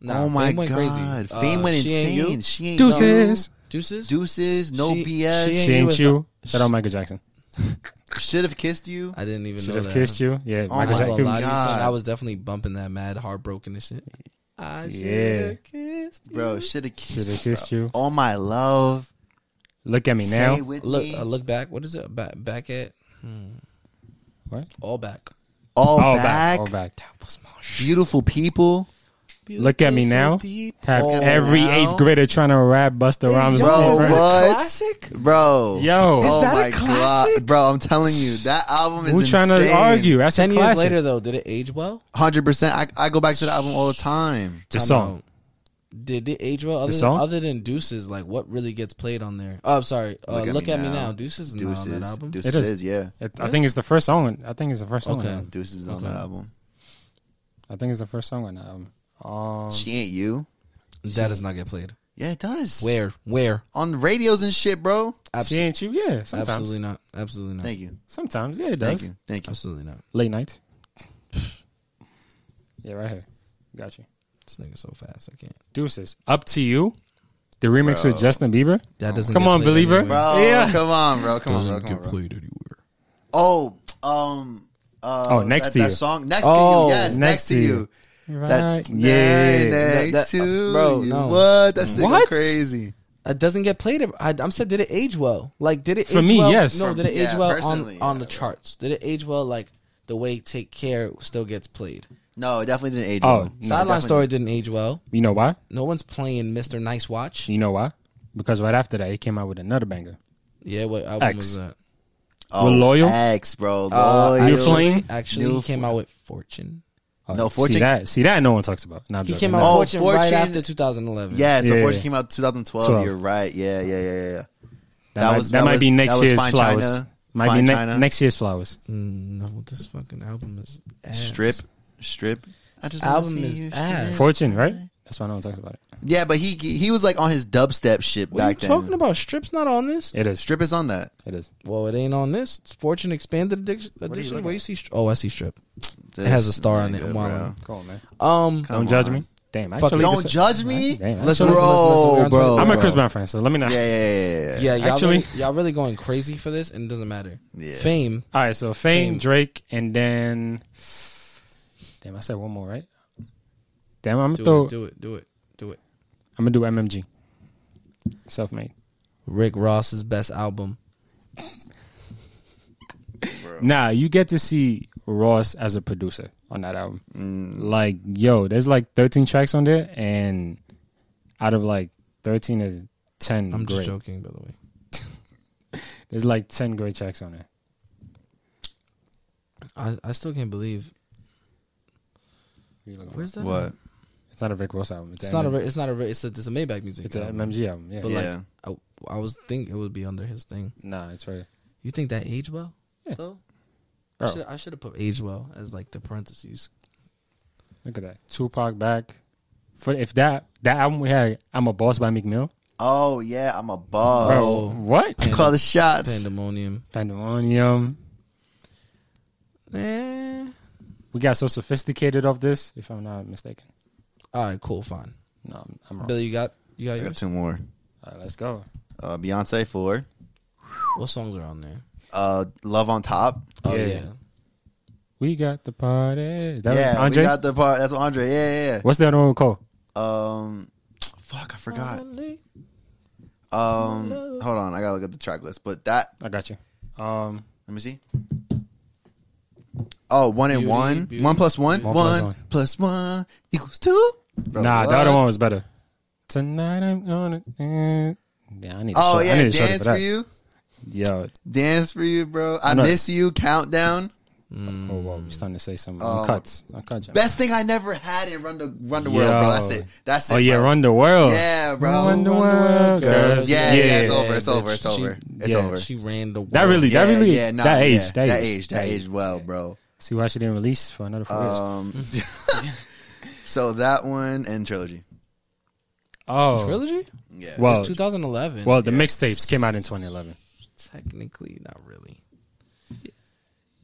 Nah,
oh my
Fame went
god.
crazy.
Fame
Uh,
went
She Ain't
insane.
You?
She ain't
Deuces.
Deuces.
you. Deuces, no
She-
BS.
she
She ain't
was
you. Shout out Michael Jackson.
Should have kissed you.
I didn't even
Should
know
have
that.
kissed you. Yeah,
Oh
I
Michael
my
ain't gonna lie
Jackson.
to you, son,
God.
I was definitely bumping that mad heartbroken and shit. I
Yeah.
should kissed
Bro, should have kissed,
Should have
you.
kissed you.
All my love.
Look at me
Say
now.
with
Look,
me.
I look back. What is it? Back, back at Hmm.
What?
all back.
all
All
back.
All back.
That was my
Beautiful people.
Look at me now. Have
All
every
now.
eighth grader trying to rap Busta Rhymes.
yo, Bro,
on their-
what?
classic.
Bro.
Yo. Is
oh
that a
my
classic?
god. Bro, I'm telling you, that album is
Who trying to
insane.
argue? That's
Ten
a
years
classic.
later, though, did it age well?
Hundred percent. I, I go back to the album all the time.
the
Time
song.
out. Did it age well? Other,
song?
Than, other than Deuces, like what really gets played on there? Oh, I'm sorry. Uh, look, at, me, now. Deuces is not
Deuces.
on that album.
Deuces
It is.
is, yeah.
It- I think it's the first song. I think it's the first song.
Okay.
on it.
Deuces is on
Okay.
that album.
I think it's the first song on the album. Um,
She ain't you.
That does not get played.
Yeah, it does.
Where? Where?
On the radios and shit, bro.
Abs-
she ain't you. Yeah, sometimes.
absolutely not. Absolutely not.
Thank you.
Sometimes. Yeah, it
Thank
does.
you. Thank you.
Absolutely not.
Late night. yeah, right here. Got you.
This nigga so fast. I can't.
Deuces. Up to you. The remix with Justin Bieber.
That doesn't.
Come
get
on,
played
believer.
anywhere.
Bro,
Yeah.
come on, bro. Come on, bro. Come on, bro.
played anywhere.
Oh, um, uh,
Oh, Next
that,
to
that
You.
song, next
Oh,
to you, yes, next, to you. That,
yeah.
next
That- that-
to
bro,
you.
no.
What? That's
What?
crazy.
It doesn't get played. I, I'm said, did it age well? Like, did it
For
age
me,
well?
yes.
No,
For-
did it age
yeah,
well on
personally,
on
yeah.
the charts? Did it age well? Like the way "Take Care" still gets played.
No, it definitely didn't age.
Oh,
well.
no,
Sideline
definitely
Story didn't age well.
You know why?
No one's playing Mister Nice Watch.
You know why? Because right after that, he came out with another banger.
Yeah, what album
X.
was that?
Oh,
We're loyal.
X, bro.
Uh,
loyal.
New Flame?
Actually,
New
he came out with Fortune.
Oh,
No,
See
Fortune-
that? See that? No one talks about. Nah, I'm
He
joking.
came out
No.
with
Oh,
Fortune, right
Fortune-
after 2011.
Yeah, so
Yeah.
Fortune came out 2012.
Twelve.
You're right. Yeah, yeah, yeah, yeah. yeah.
That, might, that might be next
that was
year's
Fine
flowers.
China,
might
Fine
be ne-
China.
next year's flowers.
Mm, no, this fucking album is ass.
strip, strip. I just
Album
wanna see
is
you
ass.
strip.
Fortune, right? That's why no one talks about it.
Yeah, but he he was like on his dubstep shit
What are you
back then.
talking about? Strip's not on this.
It is.
Strip is on that.
It is.
Well, it ain't on this. It's Fortune Expanded Edition. edition
looking
where you see? Stri- oh, I see Strip.
This
has a star on
nigga,
it, I'm
bro.
wildin'.
Go on, man.
Um,
Come
don't judge
on.
me. Damn.
Fuck
Actually,
it.
Don't
this-
judge me.
Damn, actually-
Listen, listen, listen,
Bro,
listen. We're on
bro.
I'm a
Twitter.
Chris Brown fan, so let me not.
Yeah, yeah, yeah, yeah.
Yeah, y'all
Actually-
really, y'all really going crazy for this, and it doesn't matter.
Yeah.
Fame.
All right, so Fame,
Fame.
Drake, and then. Damn, I said one more, right? Damn, I'm
Do
gonna throw.
it. Do it. Do it. Do it.
I'm gonna do MMG. Self-made.
Rick Ross's best album.
Nah, you get to see Ross as a producer on that album. Like, yo, there's like 13 tracks on there, and out of like 13 is 10
I'm just
great.
joking, by the way.
There's like 10 great tracks on there.
I, I still can't believe.
What are you looking for?
Where's that?
What?
It's not a Rick Ross album. It's,
It's
a
not a.
MM
Rick- It's not a. Rick- It's a. It's a Maybach music.
It's an
album.
MMG album. Yeah.
But
Yeah.
like, I, I was think it would be under his thing.
nah, it's right.
You think that age well?
Yeah. Oh.
Though.
Bro.
I should, I should have put age well as like the
*laughs*
parentheses.
Look at that. Tupac back. For if that that album we had, I'm a Boss by Meek Mill.
Oh yeah, I'm a
Bro,
boss.
Oh.
what?
I call the shots.
Pandemonium.
Pandemonium.
Eh.
We got so sophisticated off this, if I'm not mistaken.
All right, cool, fine.
No, I'm, I'm wrong.
Billy, you got you got
I got
yours?
two more.
All right, let's go.
Uh, Beyonce four.
What songs are on there?
Uh, Love on top.
Oh
Yeah.
yeah.
We got the party. Is that
yeah,
Andre?
we got the part. That's Andre. Yeah, yeah.
What's that on call?
yeah. Um, fuck, I forgot.
Only-
Um, hold on, I gotta look at the track list. But that,
I got you. Um,
let me see. Oh, one and
Beauty,
one.
beauty.
One plus one.
One
One,
plus
one
one.
plus one equals two. Bro,
nah,
what?
the other one was better. Tonight I'm gonna. eh, Damn, I need to
Oh
show, I
yeah,
need to show
dance
for
for
that.
you,
Yo,
dance for you, bro. I
I'm not-
miss you. Countdown.
oh well, we're starting to say something.
Oh.
Cuts, uncut. Gems.
Best thing I never had in Run the Run the World, bro. That's
Yo.
it. That's it.
Oh yeah,
bro.
run the world.
Yeah, bro.
Run the
Run the
world,
world,
girls.
girls.
Yeah, yeah, it's
yeah,
over. It's
bitch.
over. It's
She-
over. It's
yeah,
over.
She ran the world.
That really,
Yeah,
that really,
yeah, nah,
that age,
yeah.
that, age,
that aged well, bro.
See why she didn't release for another four years.
*laughs*
Um, *laughs* so that one and trilogy.
Oh,
trilogy.
Yeah.
Well,
It's 2011.
well, the
yeah.
mixtapes came out in 2011.
technically, not really.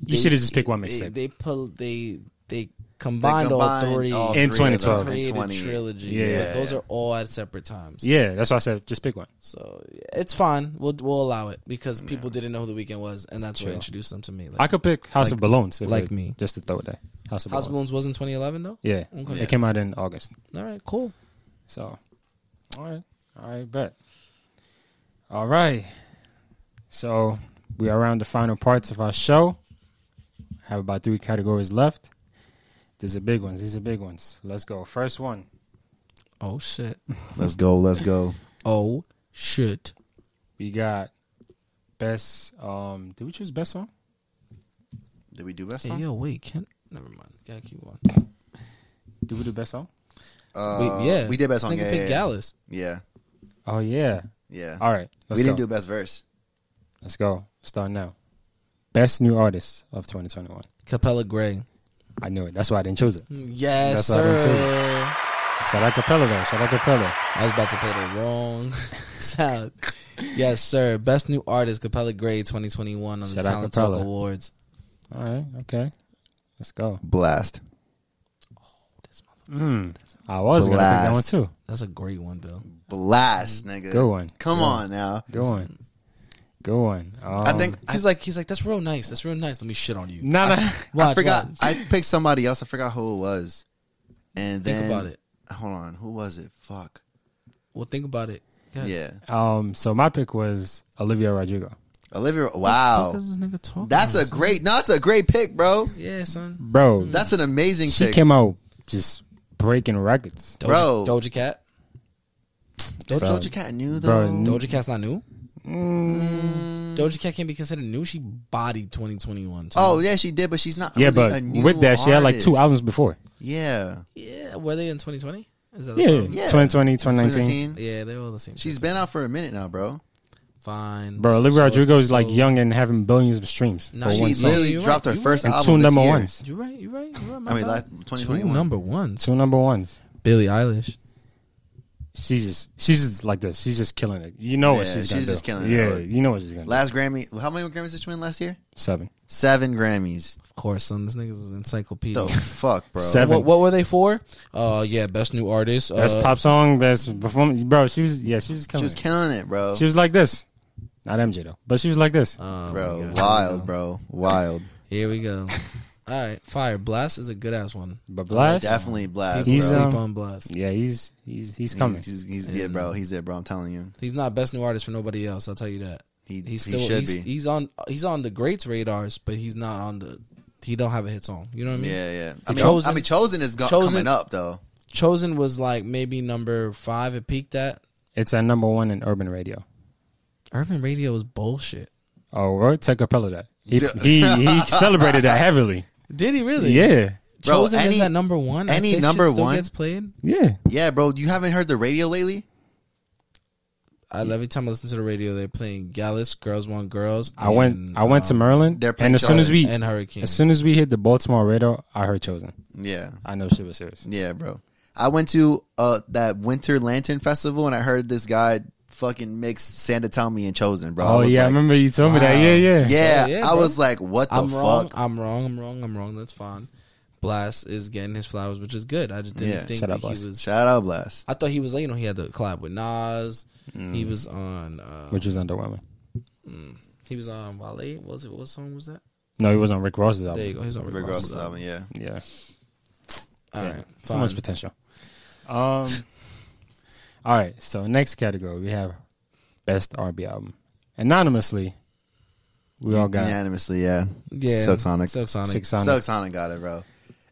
You should have just picked one
They-
mixtape.
They pull. They they combined, all three
all
In
three of them
2012.
in
created
20.
trilogy.
Yeah.
but those are all at separate times.
Yeah, that's why I said just pick one.
So yeah, it's fine. We'll we'll allow it because people didn't know who the weekend was, and that's what introduced them to me.
I
Like,
could pick House of Balloons. If
like
it-
me.
Just to throw it there. House of
House
Balloons.
Balloons was in 2011 though.
Yeah.
Okay.
It came out in August.
All right, cool.
So, all right. All right, bet. All right. So, we are around the final parts of our show. Have about three categories left. These are big ones. These are big ones. Let's go. First one.
Oh shit.
Let's go. Let's go.
Oh shit.
We got best. Um, did we choose best song?
Did we do best
Hey,
song?
yo, wait. Can never mind. Gotta keep on.
Did we do best song?
Uh,
wait, yeah,
we did best song.
Nigga
Yeah,
picked
yeah, yeah.
Gallus.
yeah,
Oh yeah.
yeah.
All right. Let's
we
go.
didn't do best verse.
Let's go. Start now. Best new artist of 2021.
Capella Gray.
I knew it. That's why I didn't choose it.
Yes,
That's what I've been
sir.
Shout out Capella though. Shout out Capella.
I was about to play the wrong *laughs* sound. Yes, sir. Best new artist, Capella Gray, 2021 on the
Shout out
Talent Talk
Capella.
Awards.
All right. Okay. Let's go.
Blast.
Mm. I was going to pick that one
Blast.
too.
That's a great one, Bill. Mm-hmm.
Blast, nigga.
Go on.
Come on now.
Go on. Go on. Um,
I think I,
He's like, he's like, that's real nice. That's real nice. Let me shit on you.
Nah, nah.
I
Watch,
forgot.
watch.
I picked somebody else. I forgot who it was. And
Think
then
about it.
Hold on. Who was it? Fuck.
Well, think about it. God,
Yeah.
Um, so my pick was Olivia Rodrigo.
Olivia.
What the fuck
Wow.
is this nigga talking
That's
about,
a
son?
great. No, that's a great pick, bro.
Yeah, son.
Bro,
That's an amazing
Hmm. she
pick.
came out just breaking records.
Doja,
Bro.
Doja Cat.
Doja,
Bro.
Doja Cat knew
Bro,
though.
n-
Doja Cat's not new.
Mm,
Doja Cat can't be considered new. She bodied 2021. son.
Oh yeah, she did, but she's not.
Yeah,
really a
but
new
with that, she had like two
artist.
albums before.
Yeah,
yeah. Were they in 2020? Is that the
Yeah,
problem?
Yeah.
2020, 2019.
2019.
Yeah, they were all the same.
She's been out for a minute now, bro.
fine.
Bro, Olivia
So-
Rodrigo is like
so-
young and having billions of streams
Nah,
for
She
one song.
literally
You're
dropped
right,
her
you're
first
And
album
two
this
number
year.
ones.
You right, you right, you right. my
I mean,
bad.
like
two
2021.
number ones.
Two number ones.
Billie Eilish.
She's just she's just like this. She's just killing it. You know what
Yeah,
she's,
she's
gonna
just
do.
killing it,
yeah,
bro.
you know what she's gonna do.
Last Grammy. How many Grammys did she win last year?
Seven.
Seven Grammys.
Of course, son. This nigga's an encyclopedia.
The
*laughs*
fuck, bro.
Seven.
*laughs* What, what were they for? Uh, yeah, best new artist. Uh,
Best pop song, best performance. Bro, she was yeah, she was
She
killing
was
it.
killing it, Uh, bro.
She was like this. Not MJ though, but she was like this.
Oh my God,
bro,
here we
wild,
go.
bro, wild.
Here we
*laughs*
go. All right, fire. Blast is a good ass one.
But Blast,
Definitely blast.
People
He's,
bro.
sleep
um,
on Blast.
yeah, he's he's he's
He's,
coming.
he's, he's it, bro. He's it, bro. I'm telling you.
He's not best new artist for nobody else. I'll tell you that.
He,
He's
he
still
should
he's,
be.
he's on he's on the greats radars, but he's not on the. He don't have a hit song. You know what I mean?
yeah, yeah. I mean,
Chosen-
I mean, Chosen is go-
Chosen-
coming up though.
Chosen was like maybe number five. It peaked at.
it's at number one in urban radio.
Urban radio is bullshit.
Oh, Roy Capella that. He, he he
*laughs*
celebrated that heavily.
Did he really?
Yeah.
Bro,
Chosen
any-
is that number one.
any
That shit
number
still
one-
gets played.
Yeah.
Yeah, bro. You haven't heard the radio lately?
I, every time I listen to the radio, they're playing Gallus, Girls Want Girls.
I went
and, um,
I went to Maryland
they're playing
and as soon as
Charlotte
we
and Hurricane.
as soon as we hit the Baltimore radar, I heard chosen.
Yeah,
I know shit was serious.
Oh,
yeah, bro. I went to uh that Winter Lantern Festival and I heard this guy fucking mix Santa Tommy and Chosen, bro. I
Oh
was
yeah, I
like,
remember you told me that. Yeah, yeah.
yeah.
Yeah,
I
bro.
was like, what the
I'm
fuck?
wrong. I'm wrong. I'm wrong. I'm wrong. That's fine. Blast is getting his flowers, which is good. I just didn't
Yeah.
think
Shout
that
out,
he
Blast.
was.
Shout out, blast.
I thought he was. You know, he had the collab with Nas. He was on. Uh,
Mm. Which was underwhelming.
he was on Wale. What was it? What song was that?
No, he was on Rick Ross's album.
There you go. He's on Rick
Regardless
Ross's
of
album.
album, yeah.
Yeah.
All
Yeah.
right.
So much
fine.
potential. Um *laughs* All right. So next category we have best R and B album. Anonymously, we all got
Unanimously, yeah.
Yeah.
Silk Sonic.
Silk Sonic.
six on it.
Silk Sonic got it, bro.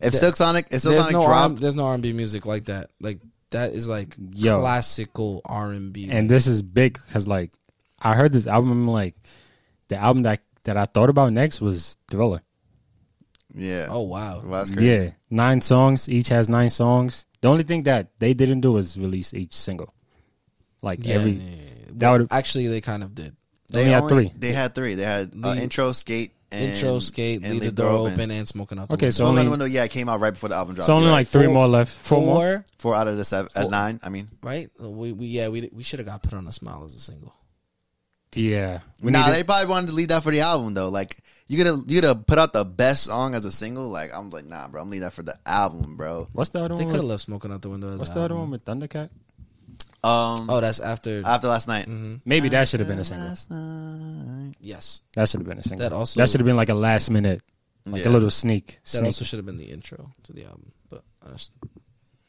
If Silk Sonic, if Silk
There's
Sonic
no R-
dropped,
there's no R&B music like that. Like That is like
Yo.
classical R and B.
and this is big because like I heard this album like the album that that I thought about next was Thriller.
Yeah.
oh wow,
Well, that's crazy.
Yeah, nine songs. Each has nine songs. The only thing that they didn't do was release each single. Like
yeah,
every
yeah, yeah.
that would
actually they kind of did.
They
only had three.
They had three. They had uh,
Lead-
intro, skate, and,
Intro, skate,
and
leave the door open, and smoking out. The
Okay,
window.
so
So only,
only-
window, yeah, it came out right before the album dropped.
so only
You're
like three
Four-
more left. Four,
four,
more.
right. four out of the seven, uh, nine. I mean,
right? We, we yeah we we should have got put on a smile as a single.
Yeah. We
nah,
needed-
they probably wanted to leave that for the album though. Like you gonna you gonna put out the best song as a single. Like I'm like, nah, bro, I'm leaving that for the album, bro.
what's the other
They
one?
could have
With,
left smoking out the window. as
what's
an
the other one
album.
with Thundercat?
Um,
Oh, that's after.
after last night,
Hmm?
Maybe that should have been a single.
Last night.
yes,
That should have been a single.
That also-
should have been like a last minute, like
Yeah.
a little sneak.
that
sneak.
also should have been the intro to the album, but uh, that's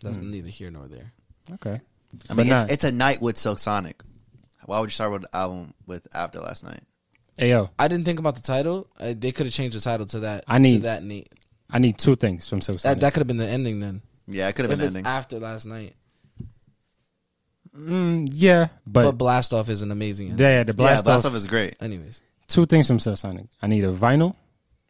that's
Hmm.
neither here nor there.
okay.
I
But
mean, it's,
not-
it's a night with Silk Sonic. Why would you start with the album with after last night?
Hey yo,
I didn't think about the title. Uh, they could have changed the title to that.
I need-
to that. Neat.
I need two things from Silk
That
Sonic.
that could have been the ending then.
Yeah, it could have
If
been
it's
ending.
after last night,
mm, yeah,
but,
but,
blast off is an amazing. Ending.
yeah, the
yeah,
blast,
blast
off.
off is great.
Anyways,
Two things from Silk Sonic. I need a vinyl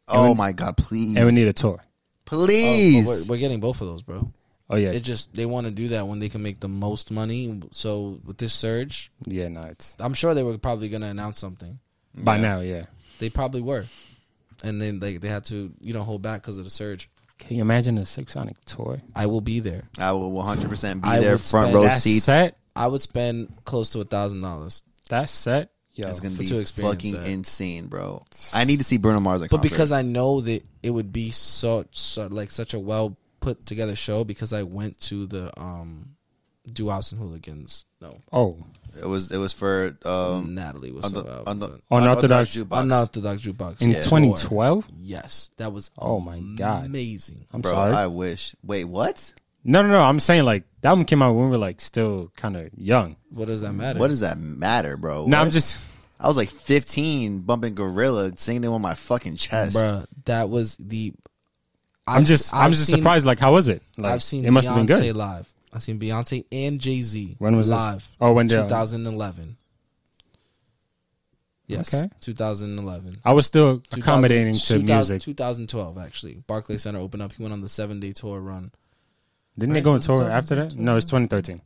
Oh my god, please,
and we need a tour.
Oh, but
please.
we're, we're getting both of those, bro.
Oh yeah,
It just they want to do that when they can make the most money. So with this surge,
yeah. No, it's
I'm sure they were probably going to announce something.
by now. Yeah.
They probably were, and then they they had to you know hold back because of the surge.
Can you imagine a Silk Sonic tour?
I will be there.
I will 100 percent be
I
there,
would
front
spend-
row
That
seats.
set.
I would spend close to a thousand dollars,
That set. Yo,
That's gonna
For two
be
experience
fucking
that.
insane, bro. I need to see Bruno Mars. At
but
concert.
because I know that it would be so, so like such a well put together show because I went to the um, Duops and Hooligans. No,
oh,
it was it was for um
Natalie was
on the
about
on the
but-
Unorthodox.
unorthodox jukebox
in
tour.
2012.
Yes, that was
Oh my god.
amazing.
I'm
Bro,
sorry.
I wish. Wait, what?
no, no, no. I'm saying like that album came out when we were like still kind of young.
What does that matter?
What does that matter, bro?
No, I'm
What?
just.
I was like 15, bumping Gorilla, singing it on my fucking chest.
Bruh, That was the.
I'm just. i am
I've
just
seen-
surprised. Like, how was it? Like,
I've seen
It must
Beyonce
have been good.
live. I've seen Beyonce and Jay Z.
When was this?
live?
Oh, when they-
2011. Yes,
Okay.
2011.
I was still accommodating to
2000
music.
2012, actually. Barclay Center opened up. He went on the seven day tour run.
Didn't they go on
Right,
tour after that?
2012.
No, it's 2013.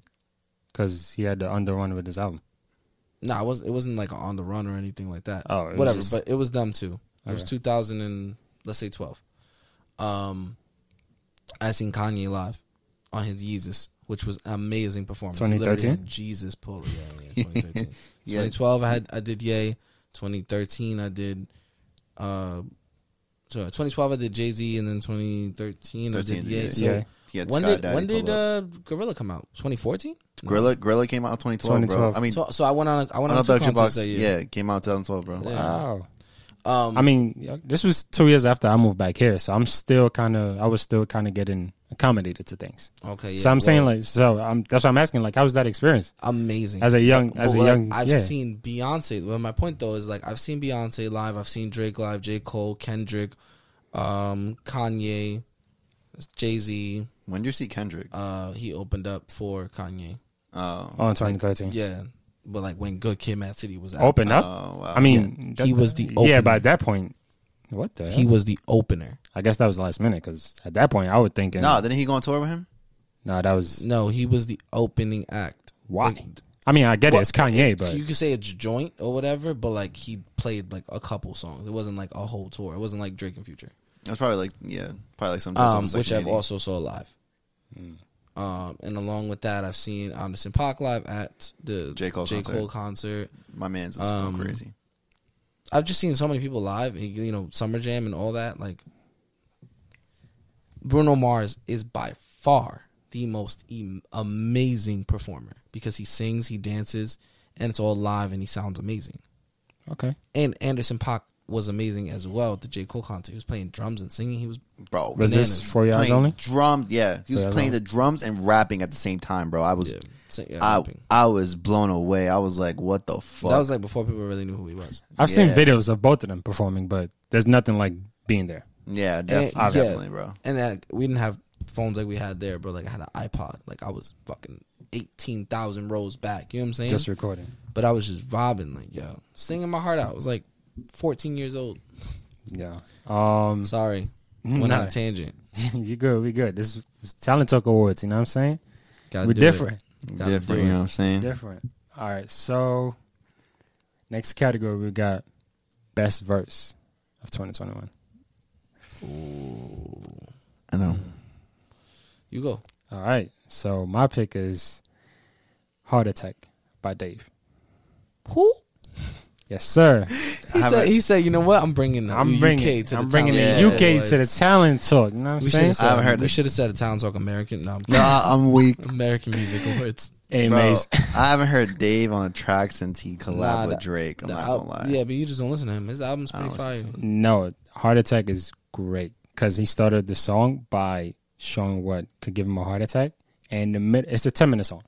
Because he had the under run with his album.
No, it was it wasn't like on the run or anything like that.
Oh, it was
whatever.
just-
but it was them too. It was
Okay.
2000 and let's say 12. Um, I seen Kanye live on his Yeezus, which was amazing performance. He literally
2013?
had Jesus pull. Yeah,
*laughs*
yeah, 2013.
Yeah.
2012, I had I did Yay. 2013, I did. Uh, so 2012, I did Jay Z, and then 2013, I
13,
did Yay.
yeah.
So
Yeah.
He had
when
Sky
did
Daddy
when did
pull up.
uh, Gorilla come out? 2014.
Gorilla Gorilla came out in 2012, bro.
2012.
I mean,
So, so I went on. A, I went on two
another jukebox.
concerts that year.
Yeah, it came out in 2012, bro.
Yeah.
Wow.
Um,
I mean, yeah, this was two years after I moved back here. So I'm still kind of, I was still kind of getting accommodated to things.
okay. Yeah,
so I'm
well,
saying like, so I'm, that's what I'm asking. Like, how was that experience?
amazing
As a young-
But-
as a
but,
young-
I've
yeah.
seen Beyonce. Well, my point though is like I've seen Beyonce live. I've seen Drake live. J Cole, Kendrick, um, Kanye, Jay Z.
When did you see Kendrick?
Uh, he opened up for Kanye.
Oh,
Oh, in 2013.
Yeah, but like when Good Kid, Mad City was out,
Open up?
oh, wow.
I mean,
uh, Yeah, he
that-
was the
Yeah,
opener.
but at that point, what the
he
hell?
was the opener.
I guess that was last minute because at that point I was thinking,
no,
no,
didn't he go on tour with him?
that was
No, he was the opening act.
why.
Like,
I mean, I get it. It's Kanye, but
you could say it's joint or whatever, but like he played like a couple songs. It wasn't like a whole tour. It wasn't like Drake and Future.
It was probably like yeah, probably like Hmm. some
um,
some
which I've
80.
also saw live. Um, and along with that, I've seen Anderson Park live at the
J. Cole concert.
concert.
my man's was
um,
so crazy.
I've just seen so many people live, and, you know, Summer Jam and all that. Like, Bruno Mars is by far the most em- amazing performer because he sings, he dances, and it's all live, and he sounds amazing.
okay.
And Anderson Park was amazing as well at the J. Cole concert. He was playing drums and singing. He was
Bro,
Was
Bananas.
this four yards
playing
only?
drums. Yeah, he was
Yeah, I
playing
know.
the drums and rapping at the same time, bro. I was,
yeah, sing- yeah,
I,
rapping.
I was blown away. I was like, what the Ah, fuck?
That was like before people really knew who he was.
I've seen
Yeah.
videos of both of them performing, but there's nothing like being there.
yeah, def-
And- yeah.
definitely, bro.
And that we didn't have phones like we had there, bro. Like I had an iPod. Like I was fucking eighteen thousand rows back. You know what I'm saying?
Just recording.
but I was just vibing, like yo, singing my heart out. I was like fourteen years old.
Yeah.
*laughs*
Um. *laughs*
Sorry,
Mm-hmm.
went
Nah.
on a tangent.
you good? We good. This is Talent Talk Awards. You know what I'm saying?
Gotta
We're
do it.
different.
Gotta
Different,
do
you
it.
know what I'm saying?
Mm-hmm.
Different. All right. So, next category we got best verse of 2021.
I know.
You go.
All right. So my pick is Heart Attack by Dave.
Who?
Yes, sir.
He
have a-
said, he said, you know what? I'm bringing the
I'm
UK
bringing.
to the
I'm bringing
talent
this
Yeah.
show.
UK to the talent talk. You know what I'm
We should
saying?
have
I
said,
haven't heard
we
it.
should have said a Town Talk American. No, I'm
No,
kidding.
I- I'm
*laughs*
weak.
American Music Awards.
Hey,
Bro,
Maze.
I haven't heard Dave on tracks since he collabed
Nah,
with
that-
Drake. I'm
The
not
al-
gonna lie.
Yeah, but you just don't listen to him. His album's
I
pretty
don't
fire.
listen
No, Heart Attack is great because he started the song by showing what could give him a heart attack, and the mid, it's a ten minute song.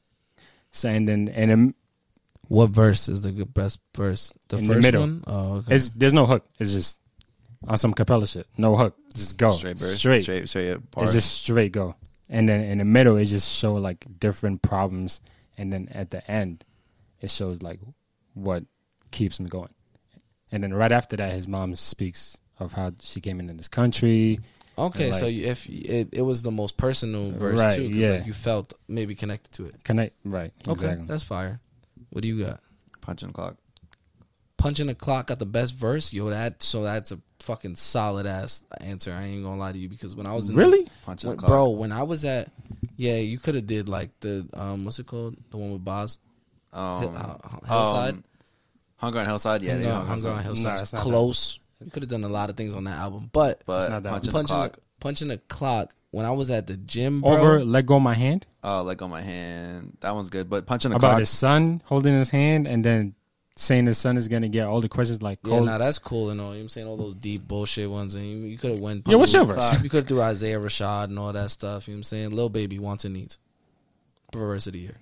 So and then and the,
What verse is the good- best verse? The
In the
first
middle.
one. Oh, okay.
it's there's no hook. It's just on some Capella shit. No hook. Just go
Oh,
Straight burst,
Straight.
straight, straight, straight
It's
bars.
just straight go. And then in the middle, it just show like different problems, and then at the end, it shows like what keeps him going. And then right after that, his mom speaks of how she came into this country.
okay.
like-
so you, if you- it, it was the most personal verse
Right,
too, 'cause,
yeah.
like, you felt maybe connected to it.
Connect right.
Okay,
Exactly.
that's fire. What do you got?
punching the clock.
Punching the clock got the best verse, yo. That so that's a fucking solid ass answer. I ain't gonna lie to you because when I was in
Really?
Punching
When-
the clock.
bro, when I was at, yeah, you could have did like the um, what's it called, the one with Boz,
um,
Hill- uh, Hillside?
um, Hunger on Hillside. Yeah,
Hunger,
they
yeah,
did Hunger on
Hunger
Hillside.
Nah,
on Hillside's
it's not that.
close. You could have done a lot of things on that album, but
But
not that
punching the
punching
clock.
punching the clock. When I was at the gym, bro,
Over let go of my hand
Oh, like on my hand. That one's good. But punching the
about
clock.
his son holding his hand and then saying his son is gonna get all the questions like
yeah,
cold.
nah, that's cool and all. You know what I'm saying all those deep bullshit ones, and you, you could have went.
Yo, what's your
through-
verse?
You could have threw Isaiah Rashad and all that stuff. You know what I'm saying, little baby wants and needs, verse of the year.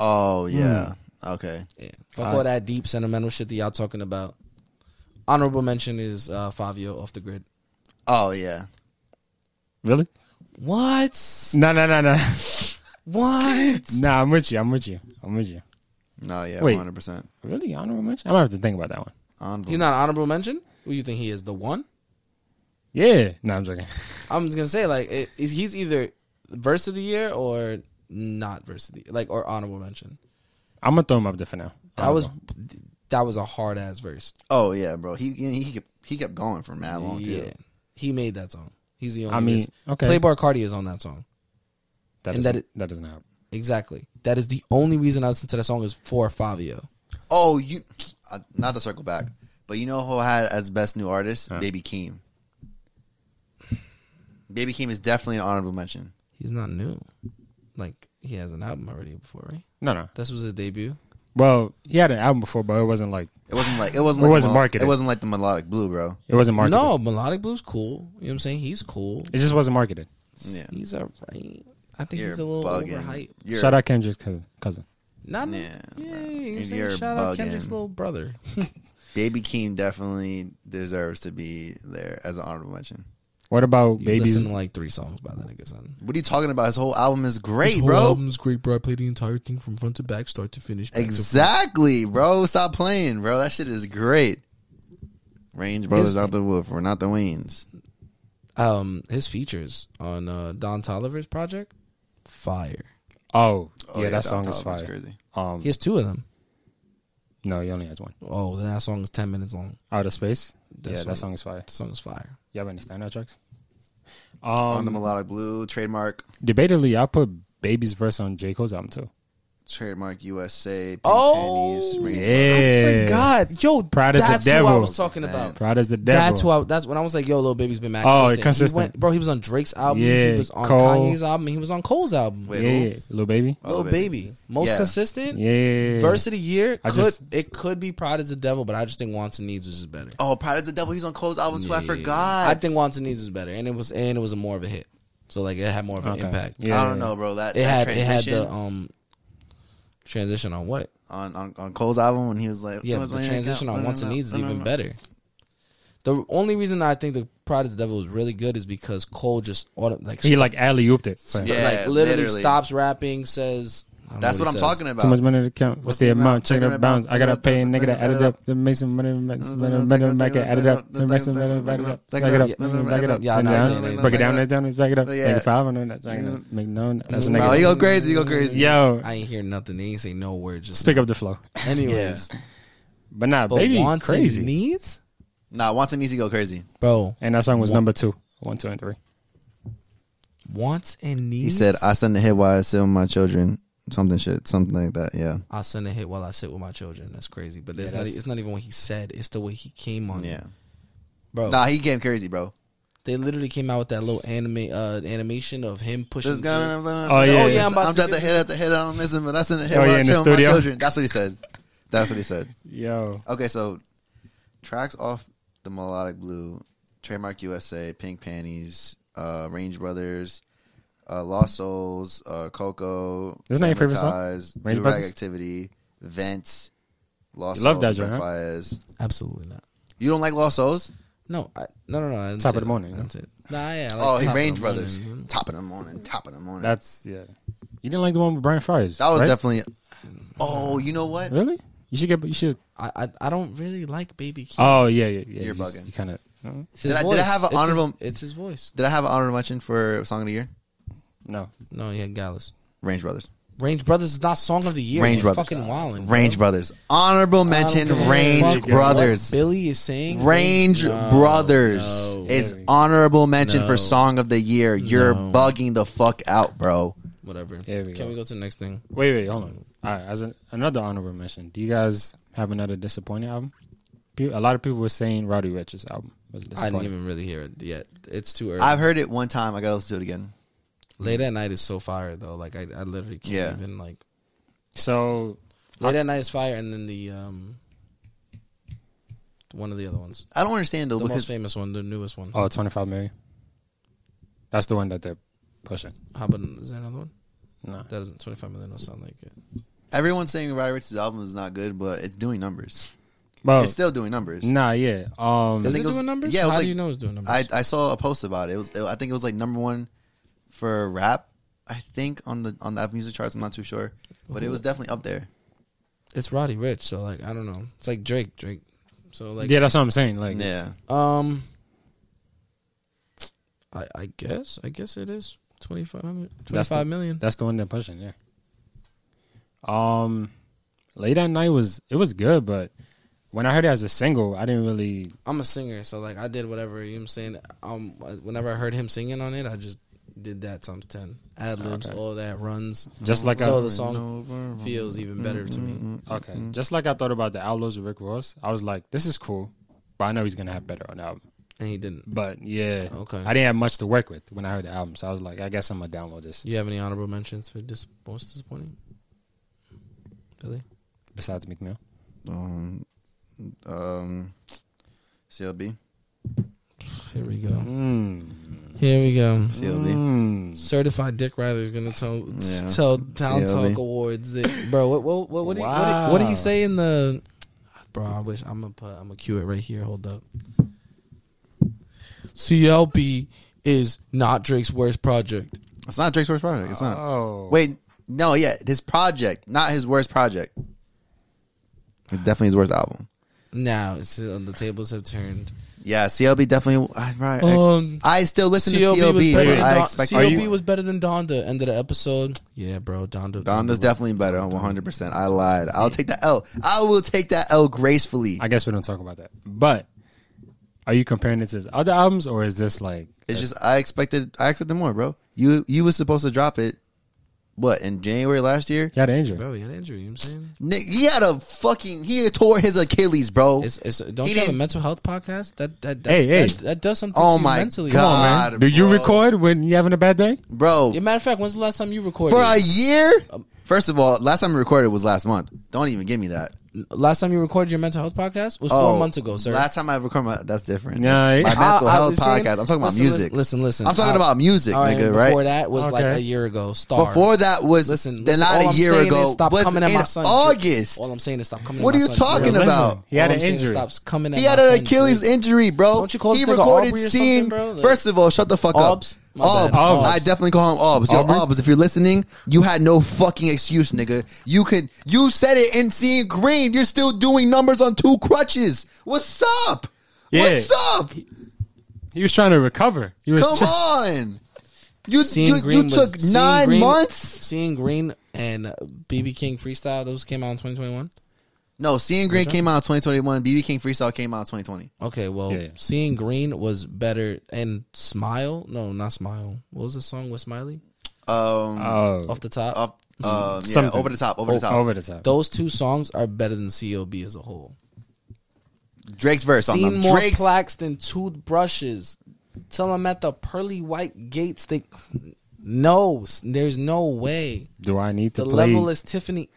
Oh yeah.
Hmm.
Okay.
Yeah. Fuck all that deep sentimental shit that y'all talking about. Honorable mention is uh, Fabio off the grid.
Oh yeah.
really?
What?
No, no, no, no.
What?
*laughs* nah, I'm with you. I'm with you. I'm with you.
No, yeah,
Wait.
one hundred percent.
Really honorable mention? I'm gonna have to think about that one.
Honorable.
He's not an honorable mention. Who you think he is? The one?
Yeah. No, I'm joking. *laughs*
I'm just gonna say like it, is- he's either verse of the year or not verse of the year, like or honorable mention.
I'm gonna throw him up there for now.
That was that was a hard ass verse.
oh yeah, bro. He he kept, he kept going for mad long too.
Yeah, he made that song. He's the only.
I mean,
reason.
okay.
Play Bar Cardi is on that song.
that doesn't,
and that
that, that doesn't help.
Exactly. That is the only reason I listen to that song is for Fabio.
Oh, you uh, not to circle back, but you know who had as best new artist? Baby Keem. Baby Keem is definitely an honorable mention.
He's not new. Like he has an album already before, right?
No, no.
This was his debut.
Well, he had an album before, but it wasn't like
It wasn't like it wasn't
It
like the
wasn't
mel-
marketed.
It wasn't like the melodic blue, bro.
it wasn't marketed.
No, Melodic Blue's cool. You know what I'm saying? He's cool.
it just wasn't marketed.
Yeah,
He's all right. I think
you're
he's a little
bugging.
overhyped.
You're,
Shout out Kendrick's cou- cousin.
Not
Yeah, bro.
yeah, you know what I'm saying?
You're
Shout out Kendrick's
bugging.
little brother. *laughs*
Baby Keem definitely deserves to be there as an honorable mention.
What about
You
babies?
listen to like three songs by that nigga son.
What are you talking about? His whole album is great, bro.
album's great, bro. I played the entire thing from front to back, start to finish.
Exactly, bro. Stop playing, bro. That shit is great. Range Brothers out the wolf. We're not the Waynes.
um, his features on uh, Don Tolliver's project, fire.
Oh,
Oh,
yeah,
Don
that song is
Toliver's
fire.
Crazy.
Um,
He has two of them.
no, he only has one.
Oh, then that song is ten minutes long.
Outer space.
That
yeah,
song-
that Mm. song is fire.
The song is fire.
Y'all understand that tracks?
on the
Um,
melodic blue trademark
debatably, I put Baby's verse on J Cole's album too.
trademark USA. Pink
Oh,
Panties, Range
Yeah,
God, yo,
Proud as the
that's who I
devil.
was talking about.
Proud as the devil.
That's who I, that's when I was like, yo, little baby's been mad.
Oh,
consistent.
consistent.
He went, bro. He was on Drake's album.
Yeah,
he was on
Cole.
Kanye's album. and He was on Cole's album.
Wait,
yeah, yeah, little baby.
Oh,
little baby.
baby.
most
Yeah.
consistent.
Yeah,
Verse of the year
I
could
just-
it could be Pride as the Devil, but I just think Wants and Needs was just better.
Oh, Pride is the Devil. He's on Cole's album too. I
Yeah.
forgot.
I think Wants and Needs was better, and it was and it was a more of a hit, so like it had more of an
Okay.
impact.
Yeah,
I don't know, bro. That,
it
that
had
transition
it had the um transition on what?
on, on on Cole's album when he was like,
Yeah, but the transition on Wants and Needs is even better. The only reason I think the Pride of the Devil is really good is because Cole just auto, like
He like alley ooped it.
st-
Yeah,
like literally,
literally.
stops rapping, says I don't know
That's what
he
I'm
says.
talking
Too much
about.
money in the account. What's the amount? Check it out. Bounce. I gotta pay a nigga to add it up. Then make some money. Make some money. Make it back it. Add it up. Then make some money. Back it up. Back it up. then Back it up.
Yeah,
Then
nah,
down.
I'm saying
Break
that.
it down. Then down. Back it up.
Yeah.
Make it five on that. Back it up. Make no. That's a
No, you
nigga.
go crazy. You go crazy.
Yo,
I ain't hear nothing. He ain't say no word. Just
speak up the flow.
anyways.
But nah,
But
baby,
wants and
crazy.
needs,
Nah, wants and needs to go crazy.
bro.
And that song was number two, one, two, and three.
Wants and
He
needs.
said, "I send a hit while I sit with my children." Something shit, something like that. Yeah,
I'll send a hit while I sit with my children. That's crazy. But it's,
Yeah,
not,
that's-
it's not even what he said. It's the way he came on.
yeah.
Oh.
Bro,
Nah, he came crazy, bro.
they literally came out with that little anime uh, animation of him pushing.
This gun, I'm, I'm,
Oh, yeah.
I'm about to hit at the head. I don't miss him, but I send a hit
Oh,
while
yeah,
I
in
chill
the
with my
studio.
children. That's what he said. That's what he said.
Yo,
Okay, so tracks off the melodic blue, trademark USA, Pink Panties, uh, Range Brothers, uh, Lost Souls, uh, Coco.
Isn't that your favorite song?
Stigmatized,
Range
Do-Rag
Brothers?
Activity, Vents, Lost
You love
Souls,
that genre,
Brent
huh?
Fires.
Absolutely not.
You don't like Lost Souls?
No, I, no, no, no. I
Top
didn't say
of the
that.
morning,
I didn't say that. Nah, yeah. I like
oh,
Top
he
of the
Range
Morning,
Brothers.
man.
Top of the morning, top of the morning. That,
that's yeah. You didn't like the one with Brian Fries.
was
right?
definitely. Oh, you know what?
really. You should get. You should.
I, I, I don't really like Baby Keem.
Oh yeah, yeah, yeah.
You're
you,
bugging.
You kind of
It's his
Did I- did I
voice.
have an
It's
honorable-
His, it's his voice.
Did I have an honorable mention for Song of the Year?
no.
No, yeah, Gallus.
Range Brothers.
Range Brothers is not song of the year.
Range
man.
Brothers.
Fucking wildin'.
Range Brothers. Honorable mention, Range
Fuck what
Brothers.
Billy is saying
Range
No,
Brothers
no.
is honorable mention
No.
for Song of the Year. You're
No.
bugging the fuck out, bro.
whatever.
There we
Can
go.
we go to the next thing?
Wait, wait, hold on. All right, as an, another honorable mention, do you guys have another disappointing album? Pe- A lot of people were saying Rowdy Rich's album was
I
disappointing.
didn't even really hear it yet. It's too early.
I've heard it one time. I gotta listen to it again.
Late at night is so fire though. Like I, I literally can't
Yeah.
even like.
so
Late at night is fire, and then the um, one of the other ones,
I don't understand though
the most
because
famous one, the newest one.
oh, 25 million. That's the one that they're pushing.
How about is there another one?
No.
That doesn't twenty five million. Don't sound like it.
everyone's saying Roddy Rich's album is not good, but it's doing numbers.
Well,
It's still doing numbers.
nah, yeah. Um,
I
Is
think
it
it was-
doing numbers?
yeah, it
How
was
do
like-
you know it's doing numbers?
I I saw a post about it. It was I think it was like number one for rap. I think on the on the Apple Music charts. I'm not too sure, but it was definitely up there.
it's Roddy Rich, so like I don't know. It's like Drake, Drake. So like
yeah, that's what I'm saying. Like,
Yeah,
Um, I I guess I guess it is 25, 25 million.
That's the one they're pushing, yeah. Um Late at Night was it was good, but when I heard it as a single, I didn't really
I'm a singer, so like I did whatever you know what I'm saying. Um, whenever I heard him singing on it, I just did that times ten ad libs,
Okay.
all that runs.
just like
Oh, so
I,
the song Mm-hmm. feels
Mm-hmm.
even better to me.
okay, just like I thought about the Outlaws with Rick Ross. I was like, this is cool, but I know he's gonna have better on the album.
And he didn't.
But yeah,
Okay.
I didn't have much to work with when I heard the album, so I was like, I guess I'm gonna download this.
Do you have any honorable mentions for dis- most disappointing? Billy,
Besides McMill,
um, um, CLB,
here we go.
mm.
Here we go.
CLB.
Mm.
Certified Dick Rider is gonna tell
Yeah.
tell Town
CLB.
Talk Awards, that, bro. What what what what, did, what, did, what did
Wow.
he say in the? Bro, I wish I'm gonna put I'm gonna cue it right here. Hold up. CLB is not Drake's worst project.
It's not Drake's worst project. It's not.
Oh.
Wait, no, yeah, his project, not his worst project. It's definitely his worst album.
Now it's uh, the tables have turned.
Yeah, CLB definitely. I, right, I-
Um,
I, still listen
CLB,
to
was
CLB.
better
But
than
I
Don-
expect
Are
CLB
you-
was better than Donda. End of the episode. Yeah, bro. Donda.
Donda's
Donda.
definitely better, one hundred percent. I lied. I'll take that L. I will take that L gracefully.
I guess we don't talk about that. But are you comparing it to his other albums, or is this like
It's just I expected. I expected more, bro. You you was supposed to drop it. What in January last year?
he had an injury?
Bro, he had injury. You know what I'm saying.
Nick, he had a fucking. He tore his Achilles, bro.
It's, it's, don't
He
you have a
didn't-
mental health podcast? That that
Hey,
that's,
hey.
That, that does something.
Oh
to
my
you mentally.
God.
Come on, man.
God,
Do you
bro.
record when you're having a bad day?
bro.
Yeah, matter of fact, when's the last time you recorded? Um,
for a year. First of all, last time we recorded was last month. Don't even give me that.
Last time you recorded your mental health podcast was
Oh,
four months ago, sir.
Last time I recorded, my, that's different.
Nah,
my
it-
mental
I- I
health
was saying-
podcast. I'm talking about
listen,
music.
Listen, listen.
I'm talking
I-
about music,
all right,
nigga.
and
Right
Before that was like
Okay.
a year ago. Star.
Before that was
listen,
then
listen,
not
all
a
I'm
year
saying
ago.
Is stop
was
coming at
in
my son.
August.
All I'm saying is stop coming.
What
at
are
my
you
son,
talking
Drill.
about?
All
He had
I'm
an
saying is
injury.
Stop coming.
He
at
had
my
an
son,
Achilles
Drill.
injury, bro.
Don't you call
he
this nigga
recorded
Aubrey or
scene.
something, bro? Like-
First of all, shut the fuck
Aubs?
up.
My bad.
Aubs.
Aubs.
I definitely call him Aubs. Yo,
Aubrey?
Aubs, if you're listening, you had no fucking excuse, nigga. You could you said it in seeing green. You're still doing numbers on two crutches. What's up?
Yeah.
What's up?
He was trying to recover. He was
Come
try-
on. You
Seeing
you, you
Green was-
took
Seeing
nine
Green-
months?
Seeing Green and uh, BB King Freestyle. Those came out in 2021.
No, seeing green came out in 2021. BB King Freestyle came out in 2020.
Okay, well,
Yeah, yeah.
seeing green was better, and smile. No, not smile. What was the song with Smiley?
Um,
Oh,
Off the top,
up, uh, yeah,
Something. Oh,
over the top,
Oh,
over the top.
over the top.
those two songs are better than COB as a whole.
Drake's verse on
Seen
them.
more
Drake's
plaques than toothbrushes. Till I'm at the pearly white gates. They no, s- there's no way.
Do I need to
The
play
level is Tiffany.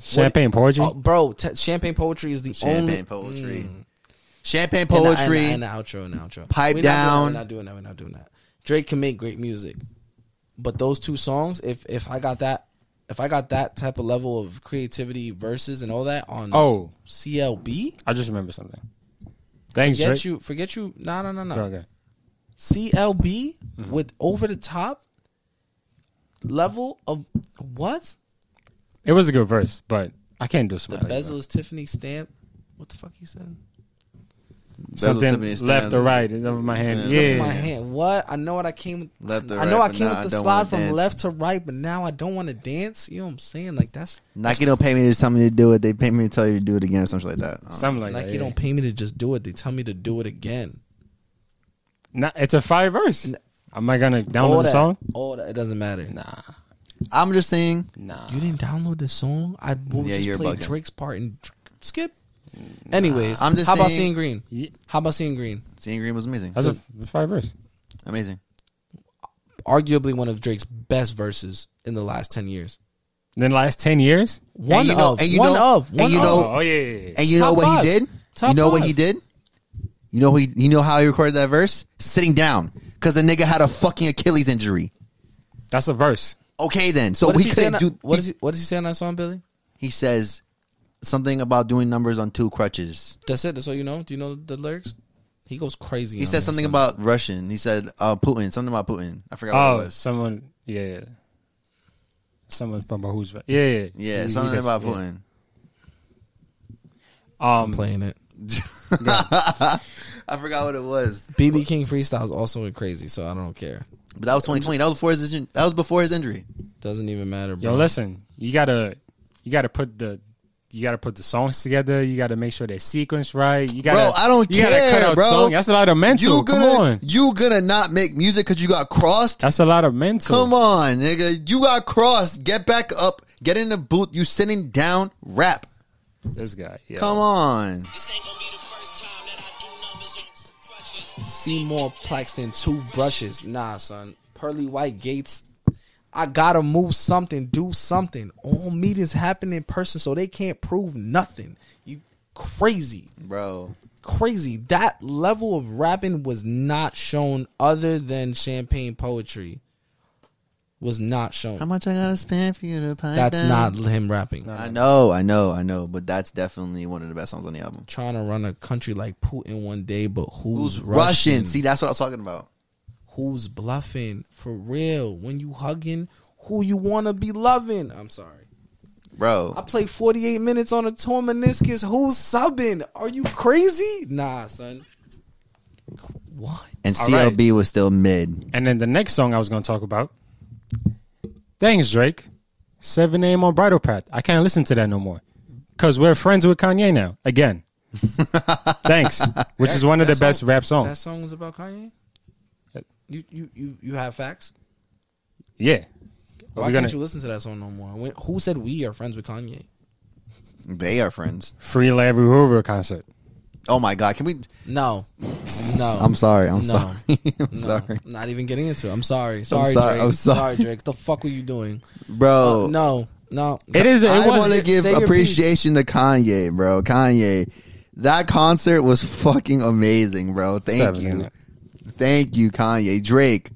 champagne poetry?
Oh, bro, t- champagne poetry is the only Mm.
champagne poetry. Champagne
And the- and the-
poetry.
and, the outro and the outro.
Pipe
We're not doing that,
down.
we're not doing that. We're not doing that. Drake can make great music, but those two songs, if if I got that, if I got that type of level of creativity, verses and all that on
oh,
CLB,
I just remember something. Thanks,
forget
Drake.
you, forget you. No, no, no, no.
Okay.
CLB
Mm-hmm.
with over the top level of what?
It was a good verse, but I can't do
The
Smiley. bro.
bezel is Tiffany stamp. What the fuck he said?
Something
Bezel
left
Tiffany
or right
Stanley.
is over my hand.
Yeah.
Yeah.
My hand. What? I know what I came with.
Left or
I know
right,
I
but
came
now I
with the
don't
slide
wanna
from
dance.
left to right, but now I don't want to dance. You know what I'm saying? Like that's
Nike don't pay me to tell me to do it. They pay me to tell you to do it again or something like that. Um, I don't know.
Something like,
like,
that.
you don't pay me to just do it. They tell me to do it again.
Nah, it's a fire verse. Am I gonna
all
download the
that,
song?
all that. It doesn't matter.
Nah,
I'm just saying.
nah.
You didn't download the song. I will
Yeah,
just
you're
play
bugging.
Drake's part and tr- skip. Anyways,
I'm just
how about
saying-
seeing green?
Ye-
How about seeing green?
Seeing Green was amazing.
That's a f- fire verse.
amazing.
Arguably one of Drake's best verses in the last ten years.
Then last ten years.
One
you know-
of,
and you
one
know-
of,
and
one
you
of.
know-
oh, oh, yeah, yeah, yeah.
And you know
Top
what
five.
he did?
Top
you know what
five.
he did? You know he, you know how he recorded that verse? Sitting down because the nigga had a fucking Achilles injury.
That's a verse.
Okay, then. So
What
we
does he say
couldn't
in that-
do.
What
he-
does he? What does he say on that song, Billy?
he says something about doing numbers on two crutches.
That's it. That's all you know. Do you know the lyrics? He goes crazy.
He
on
said
this
something
one.
about Russian. He said uh, Putin. Something about Putin. I forgot
Oh,
what it was.
someone. Yeah, yeah. Someone's about who's right. Yeah, yeah.
Yeah,
He- he
something
does-
about
yeah.
Putin.
Um,
playing it.
I forgot what it was.
BB King freestyles also went crazy, so I don't care.
But that was 2020. That was before his injury. That was before his injury.
Doesn't even matter, bro.
Yo, listen, you gotta, you gotta put the, you gotta put the songs together. You gotta make sure they sequence right. You gotta,
Bro, I don't
you
care,
gotta cut out
bro.
song. That's a lot of mental.
You gonna
Come on,
you gonna not make music because you got crossed?
that's a lot of mental.
Come on, nigga. You got crossed. Get back up. Get in the booth. You sitting down. Rap.
This guy. Yeah.
Come on.
This ain't gonna be the first time that I do numbers on two crutches.
see more plaques than two brushes. Nah, son. Pearly white gates. I gotta move something, do something. All meetings happen in person, so they can't prove nothing. You crazy,
Bro.
crazy. That level of rapping was not shown other than champagne poetry. Was not shown.
How much I gotta spend for you to pipe
That's
down?
not him rapping.
I know, I know, I know, but that's definitely one of the best songs on the album.
Trying to run a country like Putin one day, but who's,
Who's Russian?
Russian?
See, that's what I was talking about.
who's bluffing for real? When you hugging, who you wanna be loving? I'm sorry.
Bro.
I played 48 minutes on a torn meniscus. Who's subbing? Are you crazy? Nah, son. What?
And
All
CLB was still mid.
And then the next song I was gonna talk about. Thanks, Drake. Seven AM on Bridal Path. I can't listen to that no more. Cause we're friends with Kanye now.
*laughs*
Again. Thanks. Which is one of the
that
best
song-
rap songs.
That song was about Kanye. You you you you have facts.
Yeah. Are
Why
we
can't
gonna
you listen to that song no more? When, who said we are friends with Kanye?
They are friends.
free Larry Hoover concert?
Oh my god, can we
No, no.
I'm sorry, I'm
No.
sorry. *laughs* I'm
No,
sorry.
Not even getting into it. I'm sorry. Sorry,
sorry,
Drake.
I'm sorry.
Drake. The fuck were you doing?
Bro.
Uh, no. No,
It is. It
I
was.
want to give
say your piece.
appreciation to Kanye, bro. Kanye, that concert was fucking amazing, bro. Thank
Seven,
you,
innit?
thank you, Kanye. Drake,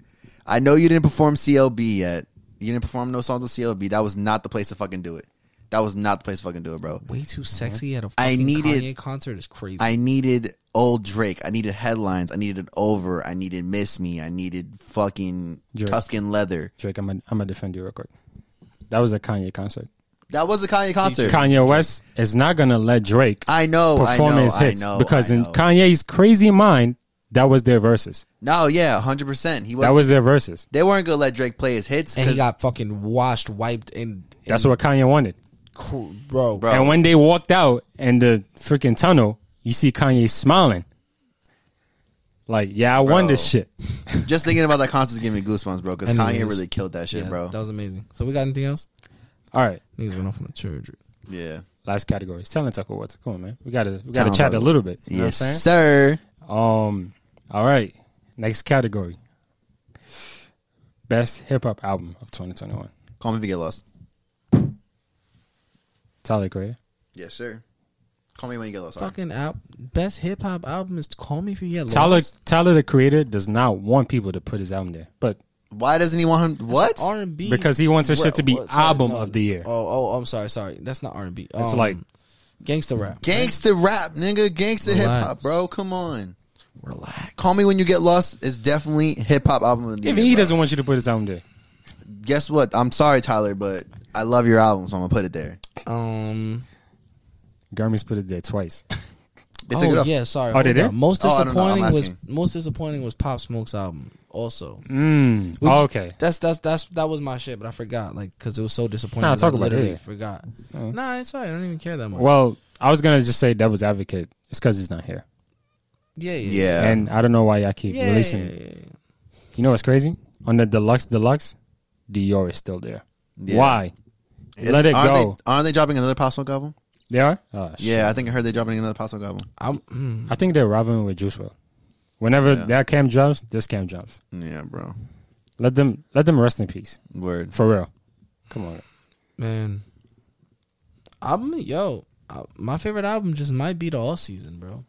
I know you didn't perform CLB yet. You didn't perform no songs of CLB. That was not the place to fucking do it. That was not the place to fucking do it, bro.
way too sexy at a
I
fucking
needed-
Kanye concert is crazy.
I needed old Drake. I needed headlines. I needed over. I needed miss me. I needed fucking
Drake.
Tuscan leather.
Drake, I'm gonna I'm gonna defend you real quick. That was a Kanye concert.
That was the Kanye concert.
Kanye West is not gonna let Drake
I know. I know.
perform his hits
I know.
because
I
in
know.
Kanye's crazy mind, that was their verses.
no, yeah, hundred percent. He was.
That was their verses.
They weren't gonna let Drake play his hits.
and he
'cause-
got fucking washed, wiped, and, and
That's what Kanye wanted.
cool, bro.
Bro.
And when they walked out in the freaking tunnel, you see Kanye smiling. Like, yeah, I won this shit.
just thinking about that concert gave me goosebumps, bro. Because
Anyways.
Kanye really killed that shit,
Yeah,
bro.
that was amazing. So we got anything else?
All right,
Niggas went off on a church.
yeah,
last category. Talent Tucker, what's it going, man? We gotta we gotta
Talent
chat a
Tucker.
little bit. You know
yes,
what I'm saying?
sir.
Um. All right. Next category. Best hip hop album of 2021.
Call me if you get lost.
Tyler Creator.
Yes, sir. Call me when you get lost.
Fucking out. Best hip hop album is Call Me If You Get
Tyler
Lost.
Tyler the Creator does not want people to put his album there, but
Why doesn't he want him? What?
R and B
because he wants his shit to be album of the year.
Oh, oh, I'm sorry, sorry. That's not R and B. Um,
It's like-
gangsta rap.
Gangsta rap, nigga. Gangsta hip hop,
Relax.
bro. Come on.
Relax.
Call me when you get lost is definitely hip hop album of the
Even
year.
he
bro.
doesn't want you to put his album there.
Guess what? I'm sorry, Tyler, but I love your album, so I'm gonna put it there.
Um.
Garmin's put it there twice.
They took it
oh
off.
yeah, sorry.
Oh,
hold
did
up.
it?
Most
Oh, I don't know. I'm
disappointing was
asking.
most disappointing was Pop Smoke's album. Also,
*laughs* Mm.
Which-
okay.
That's that's that's that was my shit, but I forgot like because it was so disappointing.
Nah,
that
talk
I
about it,
literally
yeah.
Forgot. Nah, it's alright. I don't even care that much.
Well, I was gonna just say Devil's Advocate. It's because he's not here,
yeah, yeah,
Yeah.
and I don't know why y'all keep
yeah,
releasing.
yeah,
it.
yeah, yeah.
You know what's crazy? On the deluxe, deluxe, Dior is still there.
Yeah.
Why?
Is-
Let it
aren't
go.
They, aren't they dropping another Pop Smoke album?
They are. Oh, shit.
Yeah, I think I heard they dropping another Pop Smoke album.
I'm, mm,
I think they're rivaling with Juice WRLD. Whenever that cam jumps, this cam jumps.
Yeah, bro.
Let them let them rest in peace.
Word.
For real. Come on.
man. I'm yo. I, my favorite album just might be the All Season, bro.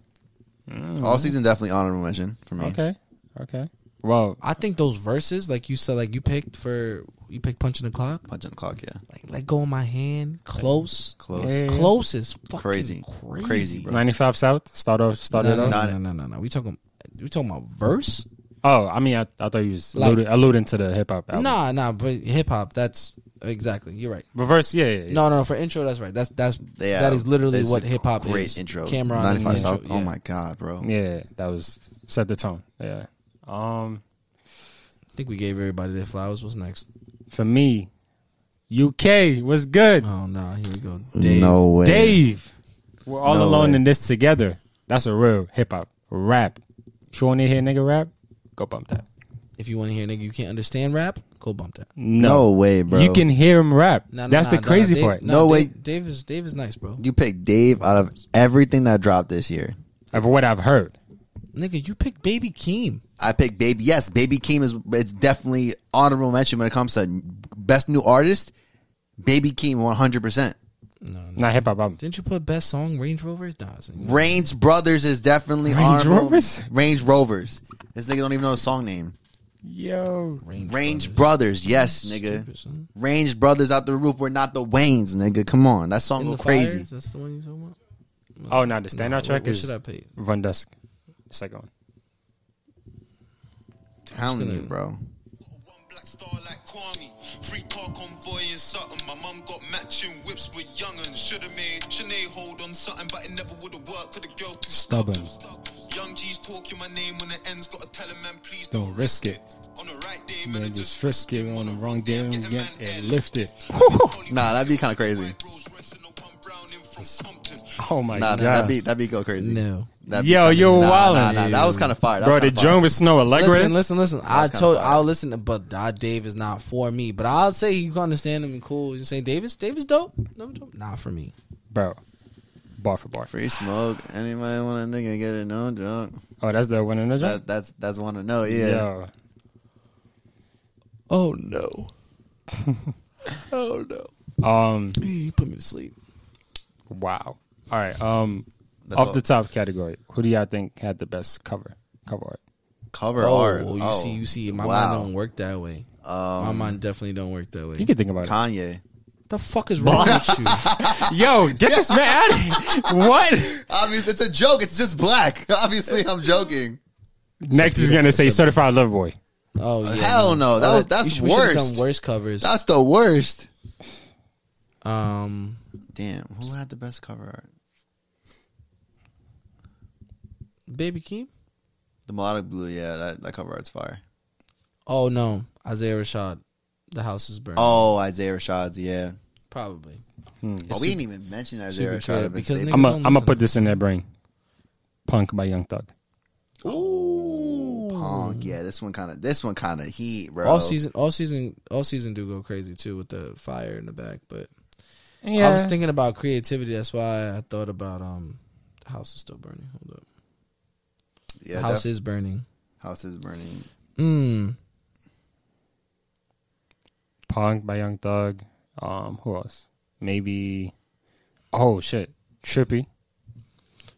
All season definitely honorable mention for me.
Hmm. Okay. Okay. Well,
I think those verses, like you said, like you picked for you picked punching the clock,
Punch on the clock, yeah.
like let go of my hand, close,
Close.
Yeah.
close is fucking
Crazy.
crazy,
Crazy,
crazy,
bro.
ninety five South, start off start
No,
it
no,
off.
Not
no, no, no, no, no. We talking, we talking about verse.
Oh, I mean I, I thought you was
Like-
alluding, alluding to the hip hop album.
Nah, nah, but hip hop. That's exactly. You're right.
Reverse, yeah, yeah, yeah.
No, no, no. For intro, that's right. That's that's
Yeah,
that is literally
it's
what
a
hip hop is.
Great intro.
Cameron.
95
and the
South.
intro,
Oh
yeah.
my god, bro.
Yeah, that was set the tone. Yeah. Um
I think we gave everybody their flowers. What's next?
for me, UK was good.
Oh no, here we go. Dave.
No way.
Dave. We're all
No
alone
way.
in this together. That's a real hip hop rap. If you want to hear nigga rap, go bump that.
If you want to hear nigga, you can't understand rap. Go bump that.
No, way, bro.
You can hear him rap.
Nah, nah,
That's
nah,
the
nah,
crazy
Dave-
part.
nah,
No
Dave-
way.
Dave is Dave is nice, bro.
You pick Dave out of everything that dropped this year.
Of what I've heard.
Nigga, you picked Baby Keem.
I picked Baby. Yes, Baby Keem is it's definitely honorable mention when it comes to best new artist. Baby Keem 100%.
Not hip hop album.
Didn't you put best song Range Rover? Nah, it's-
Range Brothers is definitely
Range
honorable-
Rovers?
Range Rovers. This nigga don't even know the song name.
Yo.
Range,
Range
Rover.
Brothers, yes,
Stupid,
nigga.
son.
Range Brothers out the roof. We're not the Waynes, nigga. Come on, that song
In
go
the
crazy.
Fires? That's the one you talking about.
Oh, no, the standout
Nah,
track
what, what
is
should I pay?
Von Dusk. Second one.
Telling you, bro.
One black star like Kwame. Free car convoy in Sutton. My mum got matching whips with young'un. Should've made Sinead hold on something, but it never would've worked. Could a girl too
Stubborn.
Young G's talking my name when the end's gotta tell a man, please don't.
Don't risk it.
On the right day, man,
Man,
I
just frisk it on the wrong day and get it lifted.
Nah, that'd be kind of crazy.
Oh, my
Nah, nah,
God.
that'd be that'd be go crazy.
No.
That'd be
Yo,
kinda-
you're
nah,
wildin'.
Nah, nah, that was kind of fire. That
Bro,
was
the
kinda fire.
joint with Snow Allegra.
Listen, listen, listen. I
kinda
told
fire.
I'll listen, to, but uh, Dave is not for me. But I'll say you can understand him and cool. You say Davis, Davis dope. No, dope. Not for me.
Bro. Bar for bar.
Free smoke. Anybody want a nigga get it? No drunk.
Oh, that's the one in the joint?
That, that's that's one to know. Yeah.
Yo.
*laughs* Oh no. oh no.
Um,
You put me to sleep.
wow. All right. Um,
That's
off
all.
the top category, who do y'all think had the best cover cover art?
Cover
Oh,
art.
you
Oh, Um,
see, you see. My mind don't work that way. my mind definitely don't work that way.
You can think about it.
Kanye.
the fuck is wrong with you?
*laughs*
Yo, get this man out of here. *laughs* What?
Obviously, it's a joke. It's just black. *laughs* Obviously, I'm joking.
Next is gonna say certified lover boy.
Oh yeah,
Hell no, that was- that's
you should- we should've
worst.
Done worse covers.
That's the worst.
Um,
Damn, who had the best cover art?
Baby Keem.
The melodic blue. Yeah, that, that cover art's fire.
Oh no, Isaiah Rashad. The house is burning.
Oh, Isaiah Rashad's. Yeah,
probably.
but we didn't even mention Isaiah
super
Rashad.
clear,
I've been
because
saving-
I'm
Niggas
gonna
don't
I'm gonna
listen.
put this in their brain. Punk by Young Thug.
Ooh, punk. Yeah, this one kind of this one kind of heat, bro.
All season, all season, all season do go crazy too with the fire in the back. But
Yeah.
I was thinking about creativity. That's why I thought about um, the house is still burning. Hold up,
yeah,
house
house,
is burning.
house is burning.
Mm.
Punk by Young Thug. Um, who else? Maybe. Oh shit, Trippy.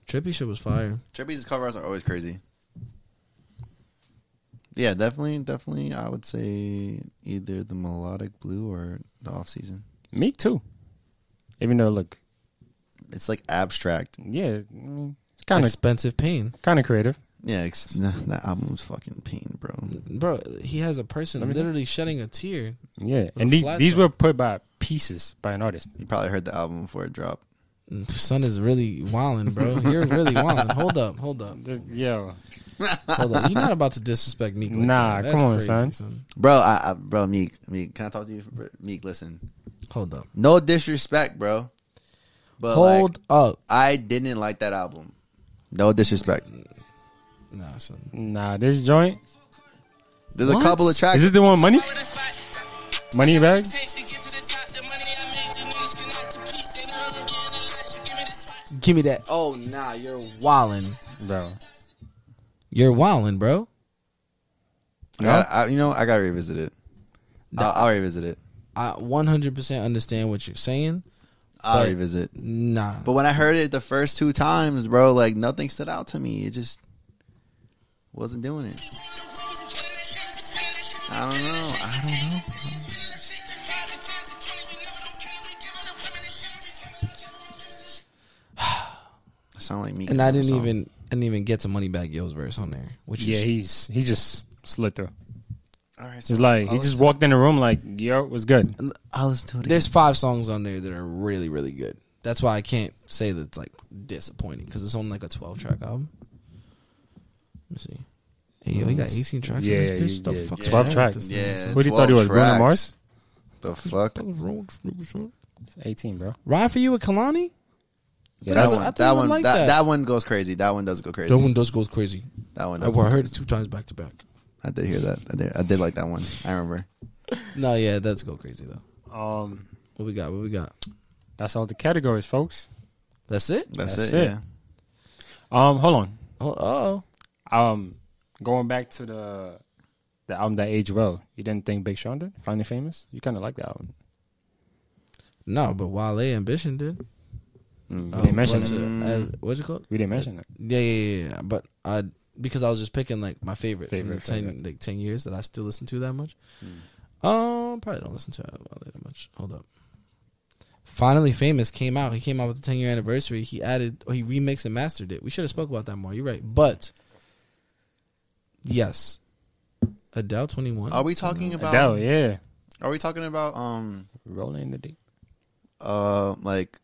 Trippy shit was fire.
Trippy's cover arts are always crazy. Yeah, definitely, definitely. I would say either the melodic blue or the off season.
Me too. Even though, look,
It's like abstract.
yeah, mm, it's kind of
Expensive pain,
kind of creative.
Yeah, it's, *laughs* nah, that album's fucking pain, bro.
bro. He has a person literally shedding a tear.
Yeah,
a
and the,
flat
these
top.
were put by pieces by an artist.
You probably heard the album before it dropped.
Son is really wilding, bro. You're really wilding. Hold up, hold up,
This- Yo,
hold up. You're not about to disrespect me.
Nah, come on, son.
Bro, I, I bro Meek, Meek, can I talk to you? For, Meek, listen,
Hold up,
no disrespect, bro, but
hold
like,
up.
I didn't like that album. No disrespect.
Nah, son.
nah, this joint
There's a
What?
couple of tracks.
is this the one? Money, money
Money
bag.
back.
Give me that. Oh, nah, you're wilding.
bro.
You're wilding, bro.
I gotta, I, you know, I gotta revisit it. I'll, I'll revisit it.
I 100% understand what you're saying.
I'll
But-
revisit.
Nah,
But when I heard it the first two times, bro, like nothing stood out to me. It just wasn't doing it. I don't know. I don't know. *sighs* I sound like me.
and I didn't even I didn't even get to money back Yo's verse on there, which
Yeah,
is
he's he just slid through.
All right, so
It's like
I'll
he just
listen-
walked in the room like, yo, what's good?
I'll listen to it. Again.
there's five songs on there that are really really good. That's why I can't say that it's like disappointing because it's only like a 12 track album. Let me see. Hey yo, he got 18 tracks.
Yeah,
on this
yeah,
bitch. the
yeah,
fuck's
yeah. 12
wrong
tracks.
with this
Yeah,
thing, son?
Who do you thought
12
he was? Bruno
tracks.
Mars.
The fuck?
What's wrong with this nigga, son?
It's 18, bro.
Ride for you with Kalani.
That
Yeah, that's,
I
one,
thought
that
you
one,
liked
that,
that.
that. one goes crazy. That one does go crazy.
one does goes crazy.
that one. Does
I've
go
heard it
crazy.
two times back to back.
I did hear that. I did, I did like that one. I remember.
No, yeah, it does go crazy though.
um,
What we got? What we got?
that's all the categories, folks.
That's it.
That's,
That's
it.
it.
Yeah.
Um, hold on.
Oh, oh.
Um, going back to the the album that aged well. You didn't think Big Sean did? Finally Famous. You kind of like that album.
no, but Wale Ambition did. Mm-hmm.
Mm-hmm.
Oh,
we didn't mention
What's
it.
it? Uh, what's it called?
We didn't mention it.
Yeah, yeah, yeah, yeah. But I because I was just picking like my favorite, from
Favorite,
the ten
favorite. Hmm.
like ten years that I still listen to that much. Um, probably don't listen to it all that much. Hold up. Finally, famous came out. He came out with the ten year anniversary. He added, or he remixed and mastered it. We should have spoke about that more. You're right, but yes, Adele twenty one.
Oh.
Are we talking about?
Adele, yeah.
Are we talking about um
Rolling the deep.
uh like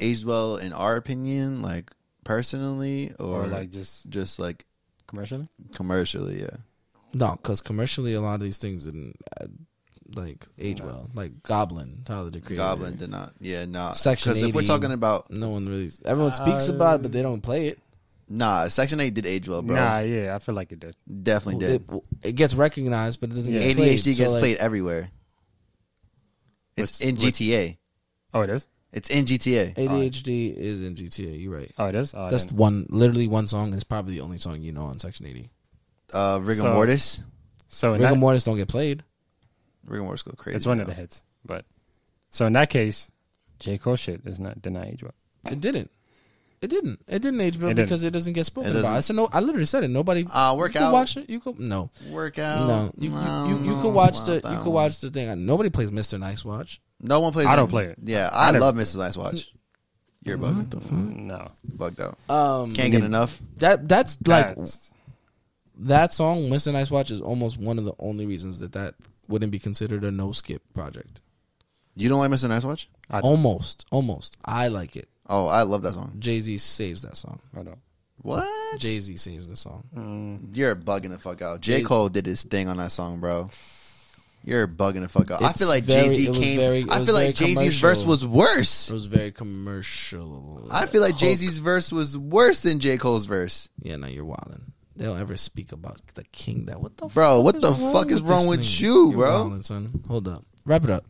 aged well in our opinion, like personally, or,
Or, like just
just like
commercially.
commercially? Yeah.
No, because commercially, a lot of these things didn't uh, like age well. Like Goblin, Tyler the Creator.
Goblin did not. Yeah, nah.
Section
Because if we're
80.
talking about
No one really. Everyone speaks about it, but they don't play it.
nah, Section Eight did age well, bro.
Nah, yeah, I feel like it did.
Definitely
It,
did.
it gets recognized, but it doesn't.
Yeah.
ADHD
Get played. So,
gets
like,
played everywhere. It's
What's-
in
what's-
GTA.
Oh, it is.
It's in GTA.
ADHD is in GTA. You're right.
Oh, it is. Oh, I
That's
didn't-
one. Literally, one song is probably the only song you know on Section 80.
Uh, rigor
So-
mortis.
so. in
Rigor
that-
mortis don't get played.
Rigor mortis go crazy.
It's one of
now.
the hits, but So in that case, J Cole shit is not did not age well.
It didn't. It didn't. It didn't age
It
well
didn't.
because it doesn't get spoken
It doesn't.
about. I said no. I literally said it. Nobody.
Uh, work
you could
out.
Watch it. You could no.
Workout.
no. You, you, you, you could watch the. You could watch the thing. Nobody plays Mr. Nice Watch.
No one plays.
I don't
it.
play it.
Yeah, I,
never
love Mr. Nice Watch. You're bugging.
Mm, No,
Bugged out.
Um,
Can't get enough.
that that's like
That's-
that song Winston Nice Watch is almost one of the only reasons that that wouldn't be considered a no skip project.
You don't like Mr. Nice Watch?
I-
Almost, almost. I like it.
Oh, I love that song.
Jay Z saves that song.
hold *laughs* on.
What?
Jay Z saves the song.
Mm. You're bugging the fuck out. J. Cole did his thing on that song, bro. You're bugging the fuck out. I
It's
feel like
very-
Jay Z
it was
came.
very- it
I
was
feel like Jay
very
Z's verse
commercial.
was worse.
It was very commercial.
I feel like
Hook.
Jay Z's verse was worse than J. Cole's verse.
Yeah, no, you're wildin'. They don't ever speak about the king. That what the
Bro, what
is
the fuck is wrong
this
with
nigga?
you,
You're
bro?
wildin', son. Hold up. Wrap it up.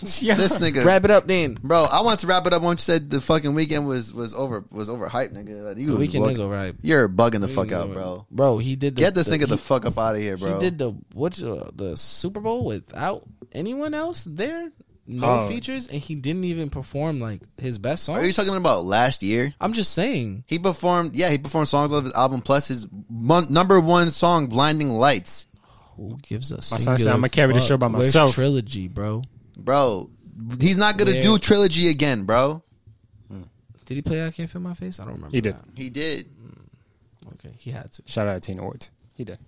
This nigga.
Wrap it up, then.
Bro, I want to wrap it up once you said the fucking weekend was was over was overhyped, nigga. Like, you
The
was
weekend
bugging-
is alright.
You're bugging the fuck out, bro.
Bro, he did. The,
Get this
the-
nigga the fuck up out of here,
He,
bro.
he did the what? Uh, the Super Bowl without anyone else there. No
Oh.
features, and he didn't even perform like his best
Are you
song.
talking about last year?
I'm just saying.
He performed, yeah, he performed songs off his album plus his mon- number one song, "Blinding Lights."
Who gives a
son said, "I'ma carry the show by
Where's
myself."
trilogy, bro.
Bro, he's not gonna
Where-
do trilogy again, bro.
Did he play? I can't feel my face. I don't remember.
He did.
that.
He did.
Okay, he had to.
Shout out to Tina Woods. He did.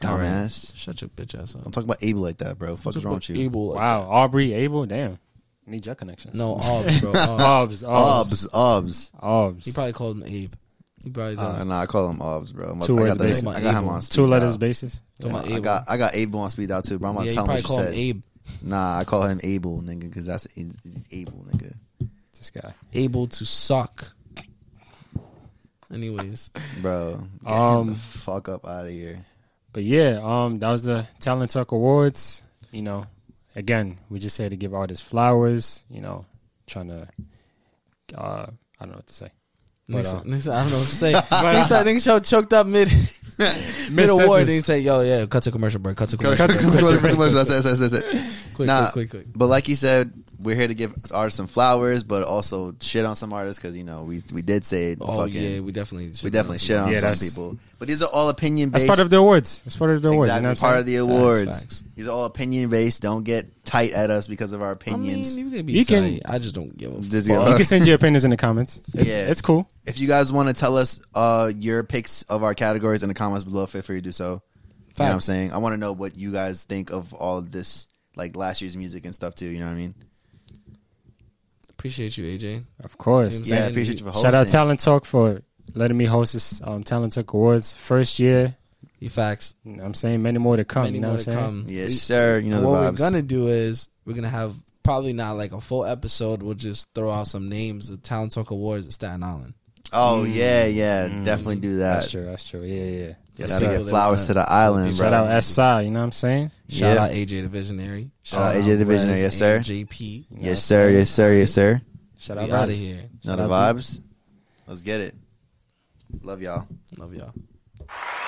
Dumbass.
Shut your bitch ass up.
Don't talk about Abel like that, bro. Fuck is wrong with you?
Able like
Wow, Aubrey Abel. Damn, need your connections.
No, Obs,
*laughs*
bro.
Obs, Obs,
Obs.
Obs, obs.
Obs.
he probably called him Abe. He probably
Uh,
does.
nah, I call him obs, bro. I'm-
Two
I
words,
got, that-
basically.
I got him on
Two
speed
Two letters
dial.
basis.
Talking about
I
Abel.
got I got Abel on speed dial too, bro. I'm not
yeah, you
telling
probably
you what
call
you
him
said.
Abe.
Nah, I call him Abel, nigga, because that's it's Abel, nigga.
This guy.
Able to suck. Anyways,
Bro, get him the
Um,
fuck up out of here.
But yeah, um, that was the Talent Talk Awards. You know, again, we just here to give artists flowers. You know, trying to, uh, I don't know what to say. But, uh,
Nigga *laughs* said- nigga said, I don't know what to
*laughs*
say.
uh,
Nigga said- nigga show choked up mid *laughs* mid award. They
sentence.
say, "Yo, yeah, cut to commercial break. *laughs* Cut to
Cut-
commercial
cut-
break.
cut- cut- cut- cut- cut- that's it, that's it, that's it.
Quick,
Nah,
quick, quick, quick.
But like you said, we're here to give artists some flowers, but also shit on some artists because you know we we did say
Oh
fucking
yeah, we definitely
we definitely shit on
Yeah,
some
that's-
people. But these are all opinion
That's
based.
part of the awards. That's part of the awards.
exactly
you know what I'm
part
saying?
of the
Facts,
awards.
facts.
These are all opinion based. Don't get tight at us because of our
I mean,
opinions.
you can be.
You can-
tight. I just don't give a
Just-
you can send your opinions in the comments. It's,
Yeah.
it's cool.
if you guys want to tell us uh, your picks of our categories in the comments below, feel free to do so. You know what I'm
Facts.
saying? I want to know what you guys think of all of this, like last year's music and stuff too. You know what I mean?
Appreciate you, AJ.
Of
Yeah,
course.
I
Saying
appreciate
you-
you for hosting.
Shout out Talent Talk for letting me host this um, Talent Talk Awards first year.
You facts.
You know what I'm saying many more to come.
Many
you know
more
what I'm
to
saying?
come.
Yes, sir. You know the
what
vibes.
we're gonna do is we're gonna have probably not like a full episode. We'll just throw out some names of Talent Talk Awards at Staten Island.
oh yeah, yeah, definitely do
Mm. That's
that.
true. That's true. Yeah, yeah. yeah. Yes,
Gotta
sir.
get flowers to the island, bro.
Shout out SI. You know what I'm saying?
Shout
Yeah.
out AJ the Visionary.
Shout out AJ the Visionary, yes, sir.
and JP.
Yes, sir. Yes, sir. Yes, sir.
Shout out.
We out of
Vibes.
here.
Know
Shout
the
out
vibes. Let's get it. Love y'all.
Love y'all.